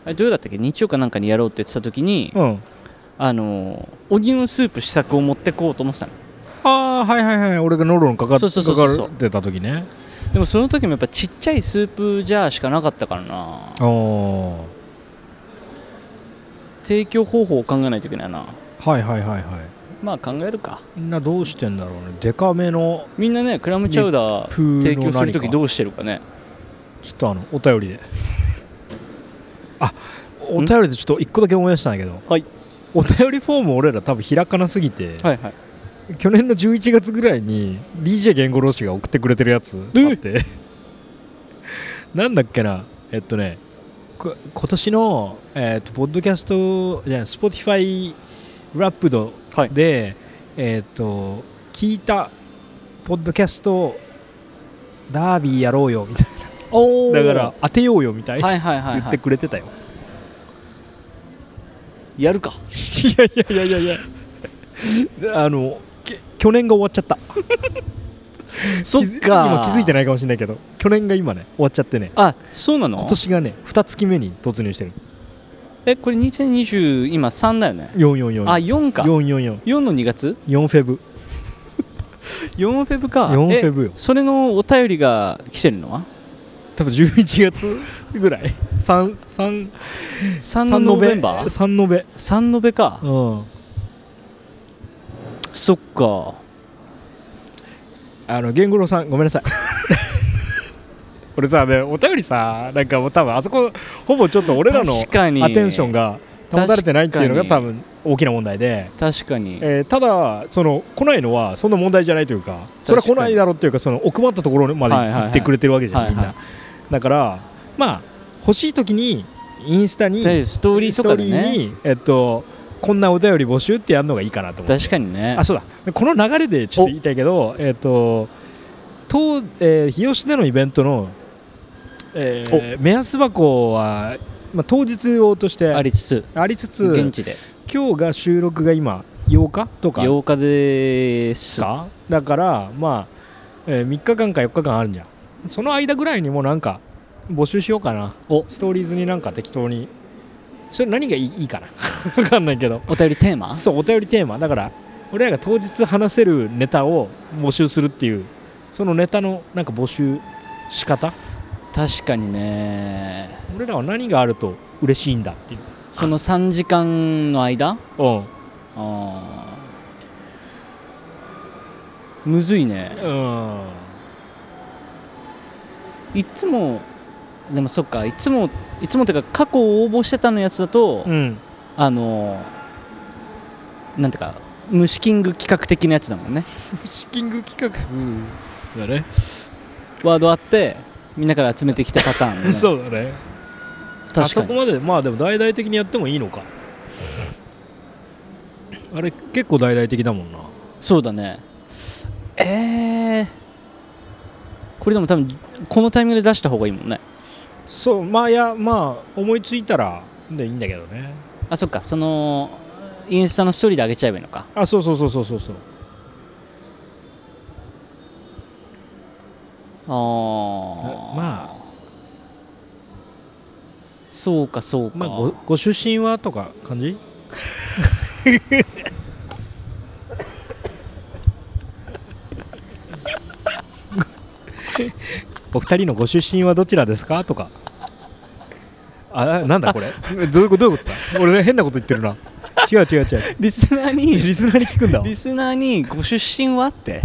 あれ土曜だったっけ日曜かなんかにやろうって言ってた時に、
うん
あのオニオンスープ試作を持ってこうと思ってたの
ああはいはいはい俺がノロのかかっ
そうそうそうそう
かかってた時ね
でもその時もやっぱちっちゃいスープジャーしかなかったからな
ああ
提供方法を考えないといけないな
はいはいはいはい
まあ考えるか
みんなどうしてんだろうねデカめの
みんなねクラムチャウダー
プー
提
の
供する時
何か
どうしてるかね
ちょっとあのお便り であお便りでちょっと一個だけ思い出したんだけど
はい
お便りフォーム俺ら多分開かなすぎて、
はいはい
去年の11月ぐらいに DJ ゲンゴロウ氏が送ってくれてるやつ
え
あって なんだっけなえっとねこ今年の、えっとポッドキャストじゃスポティファイラップド
はい
で、えっと聞いたポッドキャストダービーやろうよみたい
お
なだから当てようよみたいな、
はいはいはい
言っ
は
て
い
くれてたよ
やるか
いやいやいやいやいや あのけ去年が終わっちゃった
そっ
気づ
か
今気づいてないかもしれないけど去年が今ね終わっちゃってね
あそうなの
今年がね2月目に突入してる
えこれ2020今3だよね
444
あ4か
4444
4の2月
フェブ
4フェブか
4フェブよ
えそれのお便りが来てるのは
多分11月ぐらい33
3ノベンバー
3ノベ
3ノベか
うん
そっか
あの源五郎さんごめんなさい俺さねお便りさなんかもう多分あそこほぼちょっと俺らの
確かに
アテンションが保たれてないっていうのが
確か
多
に
分大きな問題で、
確かに、
えーただその来ないのはそんな問題じゃないというかそれは来ないだろうっていうかその奥まったところまで
はいはいはい
行ってくれてるわけじゃないみん
は
ないだからまあ欲しい時にインスタに
でストーリーとかで
ストーリ
ね
ーにえっとこんなお便り募集ってやるのがいいかなと思って
確かにね
あそうだでこの流れでちょっと言いたいけど、えっと当えー日吉でのイベントの、えー目安箱は、まあ、当日用として
あ
あ
り
り
つつ
つつ
現地で
今日が収録が今8日とか
8日です
かだからまあ、え3日間か4日間あるんじゃんその間ぐらいにもうなんか募集しようかな
お
ストーリーズになんか適当にそれ何がいいいいかな わかんないけど
お便りテーマ
そうお便りテーマだから俺らが当日話せるネタを募集するっていうそのネタのなんか募集仕方
確かにね
俺らは何があると嬉しいんだっていう
その3時間の間
うん
あーむずいね
うん
いつもでもそっかいつもいつもっていうか過去応募してたのやつだと、
うん
あのなんていうか虫キング企画的なやつだもんね
シッキング企画、だね
ワードあってみんなから集めてきたパターン、ね、
そうだねあ
確か
そこ
に
までまあでも大々的にやってもいいのかあれ結構大々的だもんな
そうだねえー、これでも多分このタイミングで出した方がいいもんね
そうまあいやまあ思いついたらでいいんだけどね
あそっかそのインスタのストーリーで上げちゃえばいいのか
あそうそうそうそうそうそう
あー
ま
そうかそうか、
まあごご出身はとか感じ お二人のご出身はどちらですかとかあなんだこれ どういうことどういうことだ俺変なこと言ってるな違う違う違う
リスナーに
リスナーに聞くんだわ
リスナーにご出身はって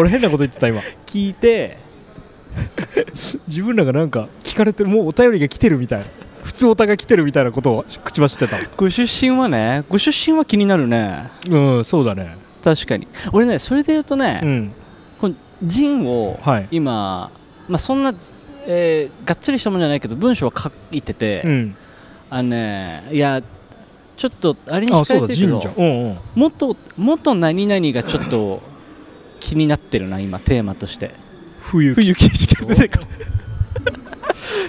俺変なこと言ってた今
聞いて
自分らがなんか聞かれてるもうお便りが来てるみたいな普通おたが来てるみたいなことを口走ってた
ご出身はねご出身は気になるね
うんそうだね
確かに俺ねそれで言うとね、
うん
このジンを
はい
今、まあ、そんな、えーがっつりしたもんじゃないけど文章は書いてて、
うん
あのねいやちょっとあれに
あ
惹か
そ
れ
うだ
てるけ
神
ど
社うんうん
元元何々がちょっと気になってるな今テーマとして
冬
冬景色が出てくる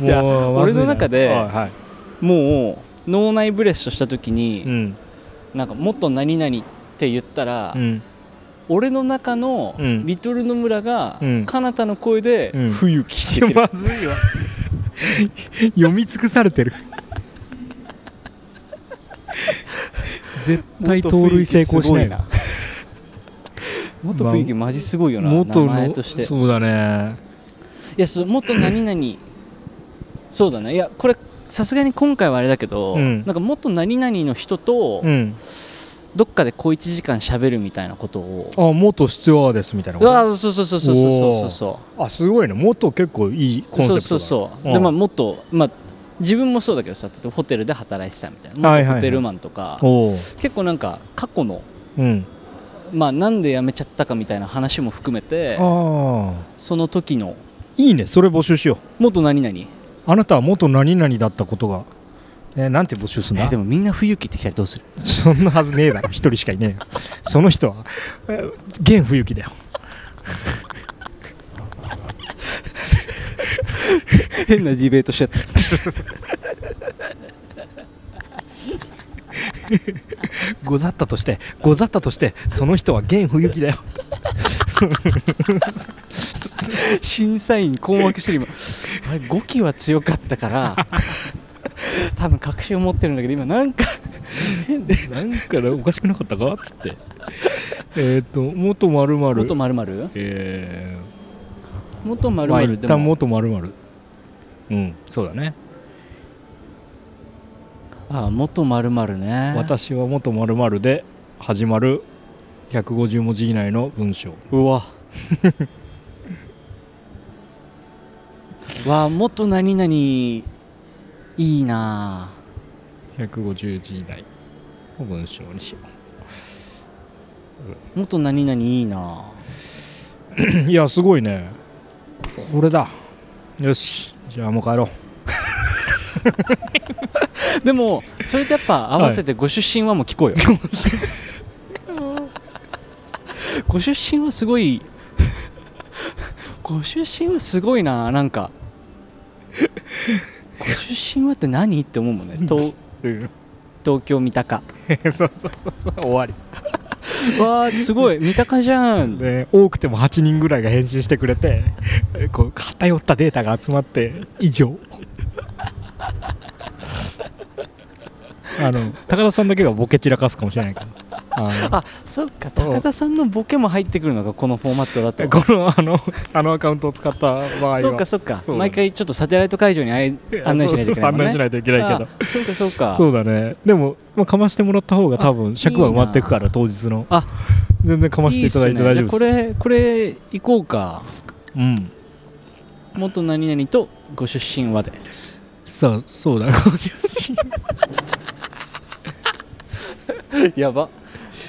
いや
もうまずい
俺の
な
中で
はいはい
もう脳内ブレストした時に、
うん
なんか元何々って言ったら、
うん
俺の中の
うん
リトルの村が、
うん
彼方の声で
うん
「冬来てる」
まずいわ読み尽くさ れてる絶対盗塁成功しな いわ
元雰囲気マジすごいよな名
元
前
の
としてい
そうだね
やそう元何々そうだねいやこれさすがに今回はあれだけど、
うん
なんか元何々の人と
うん
どっかで小1時間しゃべるみたいなことを、
あ元必要ですみたいな
う
こと
わそうそうそうそうそうそうそうそ
あすごいね元結構いいコン
う
セプト
そ
だ
うそうそう
うん
でまあもっとまあ自分もそうだけどさ例えばホテルで働いてたみたいな、
はいは
元
いはい
ホテルマンとか
おう
結構なんか過去の
うん
まあなんで辞めちゃったかみたいな話も含めて
ああ
その時の
いいねそれ募集しよ
元何々
うあなたは元何々だったことがえーなんて募集すんだ
えでもみんな冬木ってきたらどうする
そんなはずねえだろ、一人しかいねえよ。その人は、え現冬木だよ。
変なディベートしちゃった
ござったとして、ござったとして、その人は現冬木だよ。
審査員困惑してる今あれ5期は強かった から多分確信を持ってるんだけど今なんか
なんかおかしくなかったかつって。えっと、元まるまる。
元まる
え
元ま
ー、まあ
る
一
で
旦
も
元まるまる。うん、そうだね。
あ元まるね
私は元まるまるで始まる150文字以内の文章。
う わわ元何々いいな
150字以内。文章にしよ
もっと何々いいな
う いやすごいねこれだよしじゃあもう帰ろう
でもそれとやっぱ合わせてご出身はもう聞こうよ、ご出身はすごい ご出身はすごいななんかご出身はって何って思うもんね東
うん、
東京三鷹
そうそうそうそう終わり、
わーすごい三鷹じゃん、
ね、多くても8人ぐらいが返信してくれて こう偏ったデータが集まって以上あの高田さんだけがボケ散らかすかもしれないからあ
あそっか高田さんのボケも入ってくるのがこのフォーマットだ と
のこのあのあのアカウントを使った場合は
そうかそうか
そうだね
毎回ちょっとサテライト会場にあい
いや
案内しないといけないもんね
そうそう案内しないといけないけど
あそうかそうか
そうだねでも、まあ、かましてもらった方が多分尺は埋まっていくから当日の
あ
全然かましていただいて大丈
いい
夫
っすね、じゃあこれこれ行こうか
うん
元何々とご出身 はで
さあそうだ
やば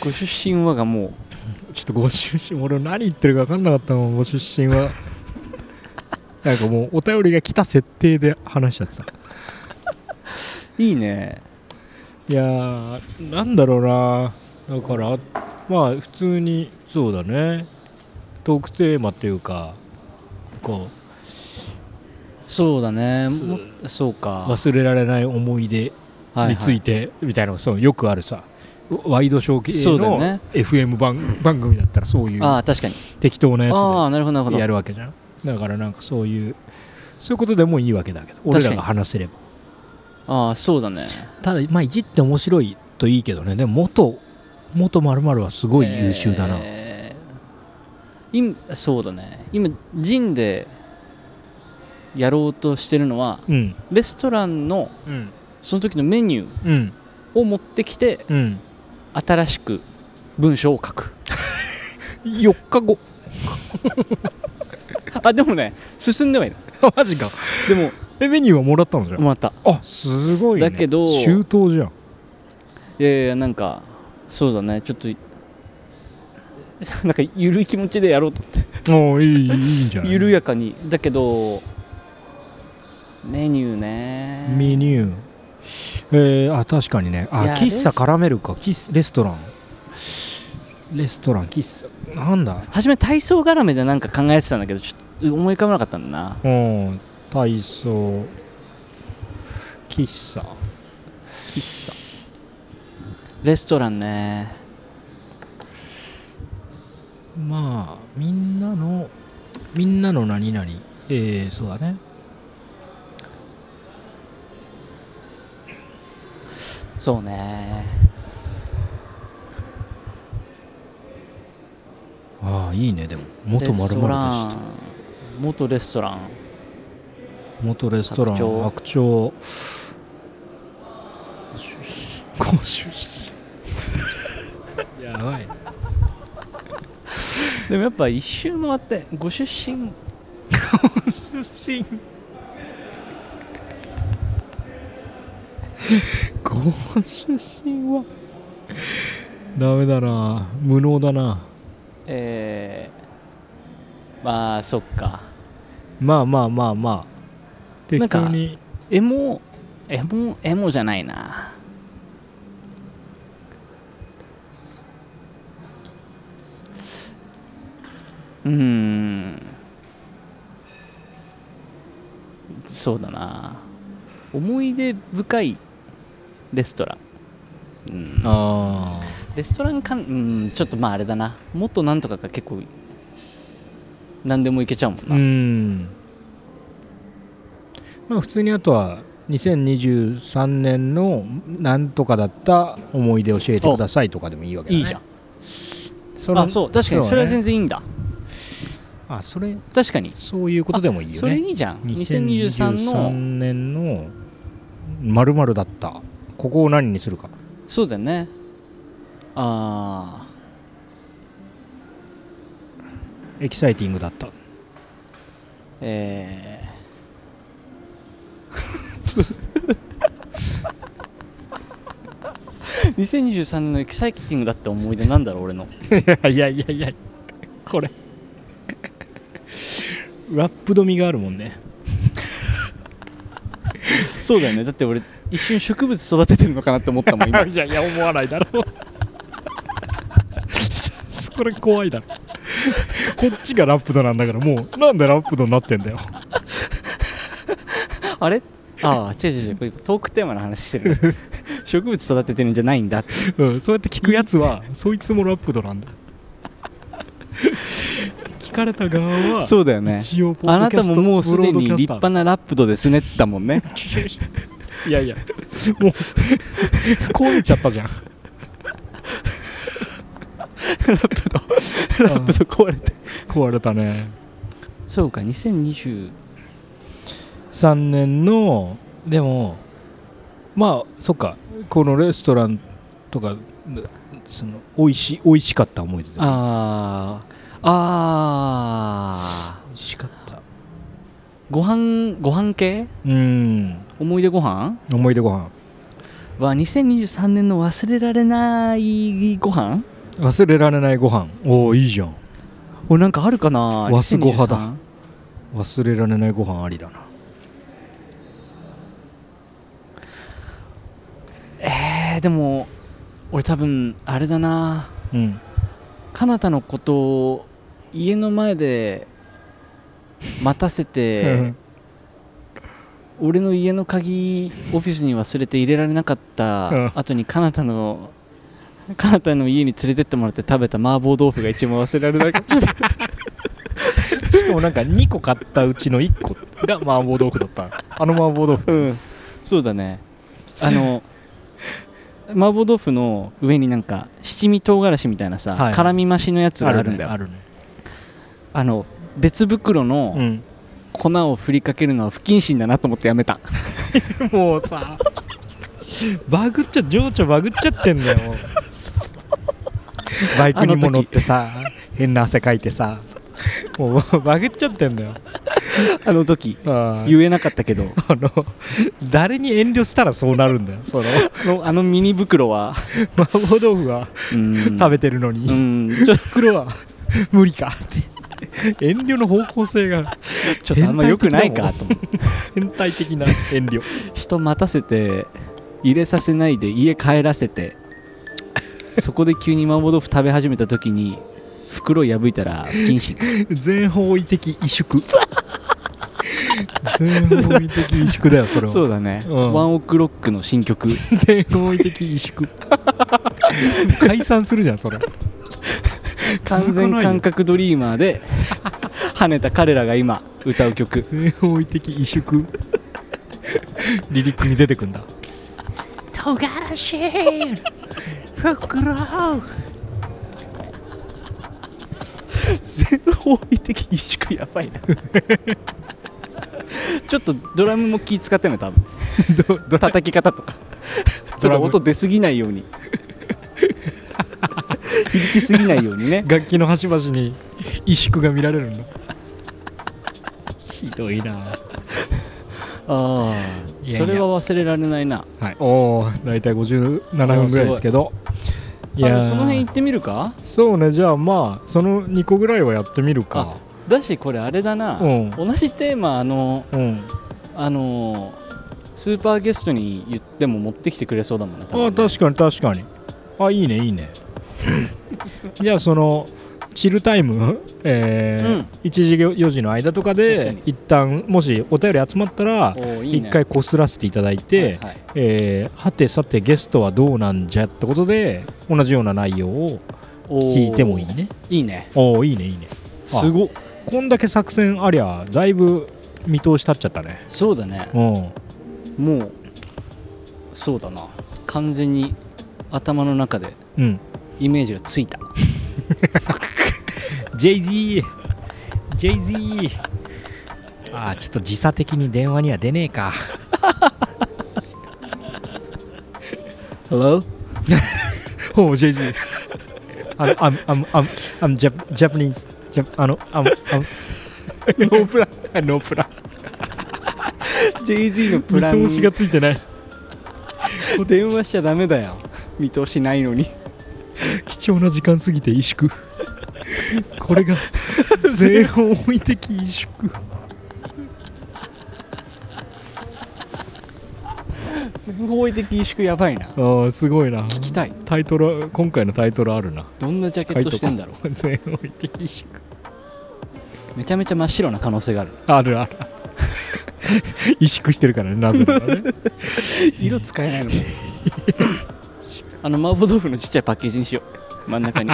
ご出身はがも
ちょっとご出身俺何言ってるか分かんなかったもんご出身 はなんかもうお便りが来た設定で話しちゃってた
ういいね
いやーなんだろうなだからまあ普通にそうだねトークテーマっていうかこう
そうだね
そう
もそうか
忘れられない思い出
はいはい
についてみたいなのがそうよくあるさワイドショー系
そうだよ
の
ね
FM 番番組だったらそういう
ああ確かに
適当なやつで
ああなるほどなるほど
やるわけじゃんだからなんかそういうそういうことでもいいわけだけど俺らが話せれば
ああそうだね
ただまあいじって面白いといいけどねでも元元まるはすごい優秀だな、
えー今そうだね今ジンでやろうとしてるのは
うん
レストランの
うん
その時のメニュー
うん
を持ってきて
うん
新しく文章を書 く
4日後
あでもね進んではいる
マジか
でも
えメニューはもらったのじ ゃん
また
あすごい、ね、
だけど
周到じゃん
いやいやなんかそうだねちょっと なんか緩い気持ちでやろうと思って
おーいいいいいいんじゃな い
緩やかにだけどメニューね
メニューえー、あ確かにねあ
いや
喫茶
レス
カラメルか喫レストランレストラン喫茶なんだ
初め体操絡めでなんか考えてたんだけどちょっと思い浮かばなかったんだな
うん体操喫茶
喫茶レストランね
まあみんなのみんなの何々えー、そうだね
そうね
ああいいねでも元
レ
ま
ス
る
トラ
まるでし
ン元レストラン
た元レストラン
白鳥
白鳥ご出身ご 出身やばいね
でもやっぱ一周回ってご出身
出身ご出身はダメだな無能だな
えー、まあそっか
まあまあまあまあ
なん
適
か
当に
エモエモエモじゃないなうーんそうだな思い出深いレストラン、うん、
あ
レストランかん、うん、ちょっとまああれだなもっとなんとかが結構何でもいけちゃうもん
あう
な、
んまあ普通にあとは2023年のなんとかだった思い出教えてくださいとかでもいいわけだ、ね、
いいじゃん
その
あそう確かにそれは全然いいんだ、
そうねあそれ
確かに
そういうことでもいいよね
それいいじゃん2023の
年のまるまるだったここを何にするか
そうだよねあ
エキサイティングだった
ーえ ー2023年のエキサイティングだった思い出なんだろう俺の
いやいやいやこれ ラップ止みがあるもんね
そうだよねだって俺一瞬植物育ててるのかなって思ったもん今
いやいや思わないだろう それ怖いだろこっちがラップドなんだからもうなんでラップドになってんだよ
あれああ違う違う違うこれトークテーマの話してる 植物育ててるんじゃないんだって
うん、そうやって聞くやつはそいつもラップドなんだ 聞かれた側は
そうだよね
一応ポ
あ
ッド
な
キャ
た
スト
ももうすでに立派なラップドですねったもんね
いやいやもう壊れちゃったじゃん
ラッ プド壊れて
壊れたね
そうか2020
3年のでもまあそっかこのレストランとかその美味し美味しかった思い出だよね
ああああ
美味しかった
ご飯ご飯系
うん
思い出ご飯
思い出ご飯
は2023年の忘れられないご飯
忘れられないご飯おおいいじゃん
おなんかあるかな
わすごはだ
2023
忘れられないご飯ありだな
えー、でも俺多分あれだな
うん
彼方のことを家の前で待たせて俺の家の鍵オフィスに忘れて入れられなかっ
うん
た後に彼方の彼方の家に連れてってもらって食べた麻婆豆腐が一番忘れられないかもしれない
しかもなんか2個買ったうちの1個が麻婆豆腐だったあの麻婆豆腐
うんそうだねあの麻婆豆腐の上になんか七味唐辛子みたいなさ、
はい
辛み増しのやつがあるんだよ
あ
あ,、
るね
の別袋の、
うん
粉を振りかけるのは不謹慎だなと思ってやめ た
もうさバグっちゃ情緒バグっちゃってんだよもうバイクにも乗ってさ変な汗かいてさもうバグっちゃってんだよ
あの時
あー
言えなかったけど
あの誰に遠慮したらそうなるんだよその
あのあのミニ袋は
麻婆豆腐は食
食
べてるのに、
うんちょ
袋は無理かって遠慮の方向性が
ちょっとあんま良くないかと思って
変態的な遠慮
人待たせて入れさせないで家帰らせてそこで急に麻婆豆腐食べ始めた時に袋破いたら不謹慎
全方位的萎縮全方位的萎縮だよそれは
そうだね、
うん
ワンオクロックの新曲
全方位的萎縮解散するじゃんそれ
完全感覚ドリーマーで跳ねた彼らが今歌う曲
全方位的萎縮リリックに出てくんだ唐辛子袋
全方位的萎縮やばいなちょっとドラムも気使ってんの多分
どど
叩き方とかち
ド
ょっ
ラ
と
ム
音出すぎないように響きすぎないようにね
楽器の端々に萎縮が見られるんだひどいな
あ
い
あ
やいや
それは忘れられないな
はい、おお大体57分ぐらいですけどい
あ
や
の
ー
その辺行ってみるか
そうねじゃあまあその2個ぐらいはやってみるか
だしこれあれだな、
うん
同じテーマあの
うん
あのスーパーゲストに言っても持ってきてくれそうだもんな多
あ
分ね
確かに確かにあいいねいいねじゃあそのチルタイム、えー
うん
1時4時の間とか
確か
で
に
一旦もしお便り集まったら
おーいいね
一回こすらせていただいて
はいはい
えーはてさてゲストはどうなんじゃってことで同じような内容を
おー
聞いてもいいね
いいね
おおいいねいいね
すごっ
こんだけ作戦ありゃだいぶ見通し立っちゃったね
そうだね
うん
もうそうだな完全に頭の中で
うん
イメージがついた
JZ JZ ああちょっと時差的に電話には出ねえか
Hello?
おお JZ あの I'm, I'm, I'm, I'm Jap- Japanese Jap- あの I'm, I'm ノープランノープラン
JZ の
見通しがついてない
電話しちゃダメだよ見通しないのに
貴重な時間すぎて萎縮こ れが全方位的萎縮
全方位的萎縮やばいな
ああすごいな
聞きたい
タイトル今回のタイトルあるな
どんなジャケットしてんだろ
う 全方位的萎縮
うめちゃめちゃ真っ白な可能性がある
あるある萎縮してるからねなぜならね
色使えないの あの麻婆豆腐のちっちゃいパッケージにし よう真ん中に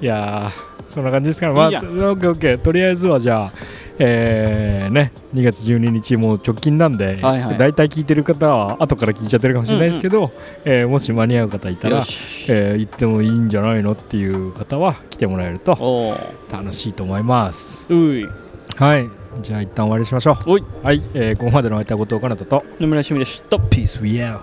いやーそんな感じですからまあ
い
オ
いや
ッケーオッケーとりあえずはじゃあえーね、2月12日もう直近なんで、
はいはい
大体聞いてる方は後から聞いちゃってるかもしれないですけど、えーもし間に合う方いたら
よ、し
えー行ってもいいんじゃないのっていう方は来てもらえると
おお
楽しいと思います
うい
はいじゃあ一旦終わりにしましょう
おい
はい、えーここまでの相手は後藤かなたと
野村趣味でした
Peace we out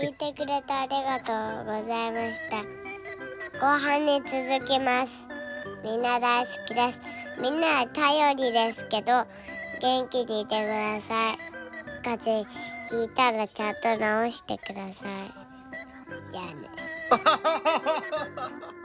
聞いてくれてありがとうございました後半に続きますみんな大好きですみんな頼りですけど元気にいてください風邪ひいたらちゃんと治してくださいじゃあね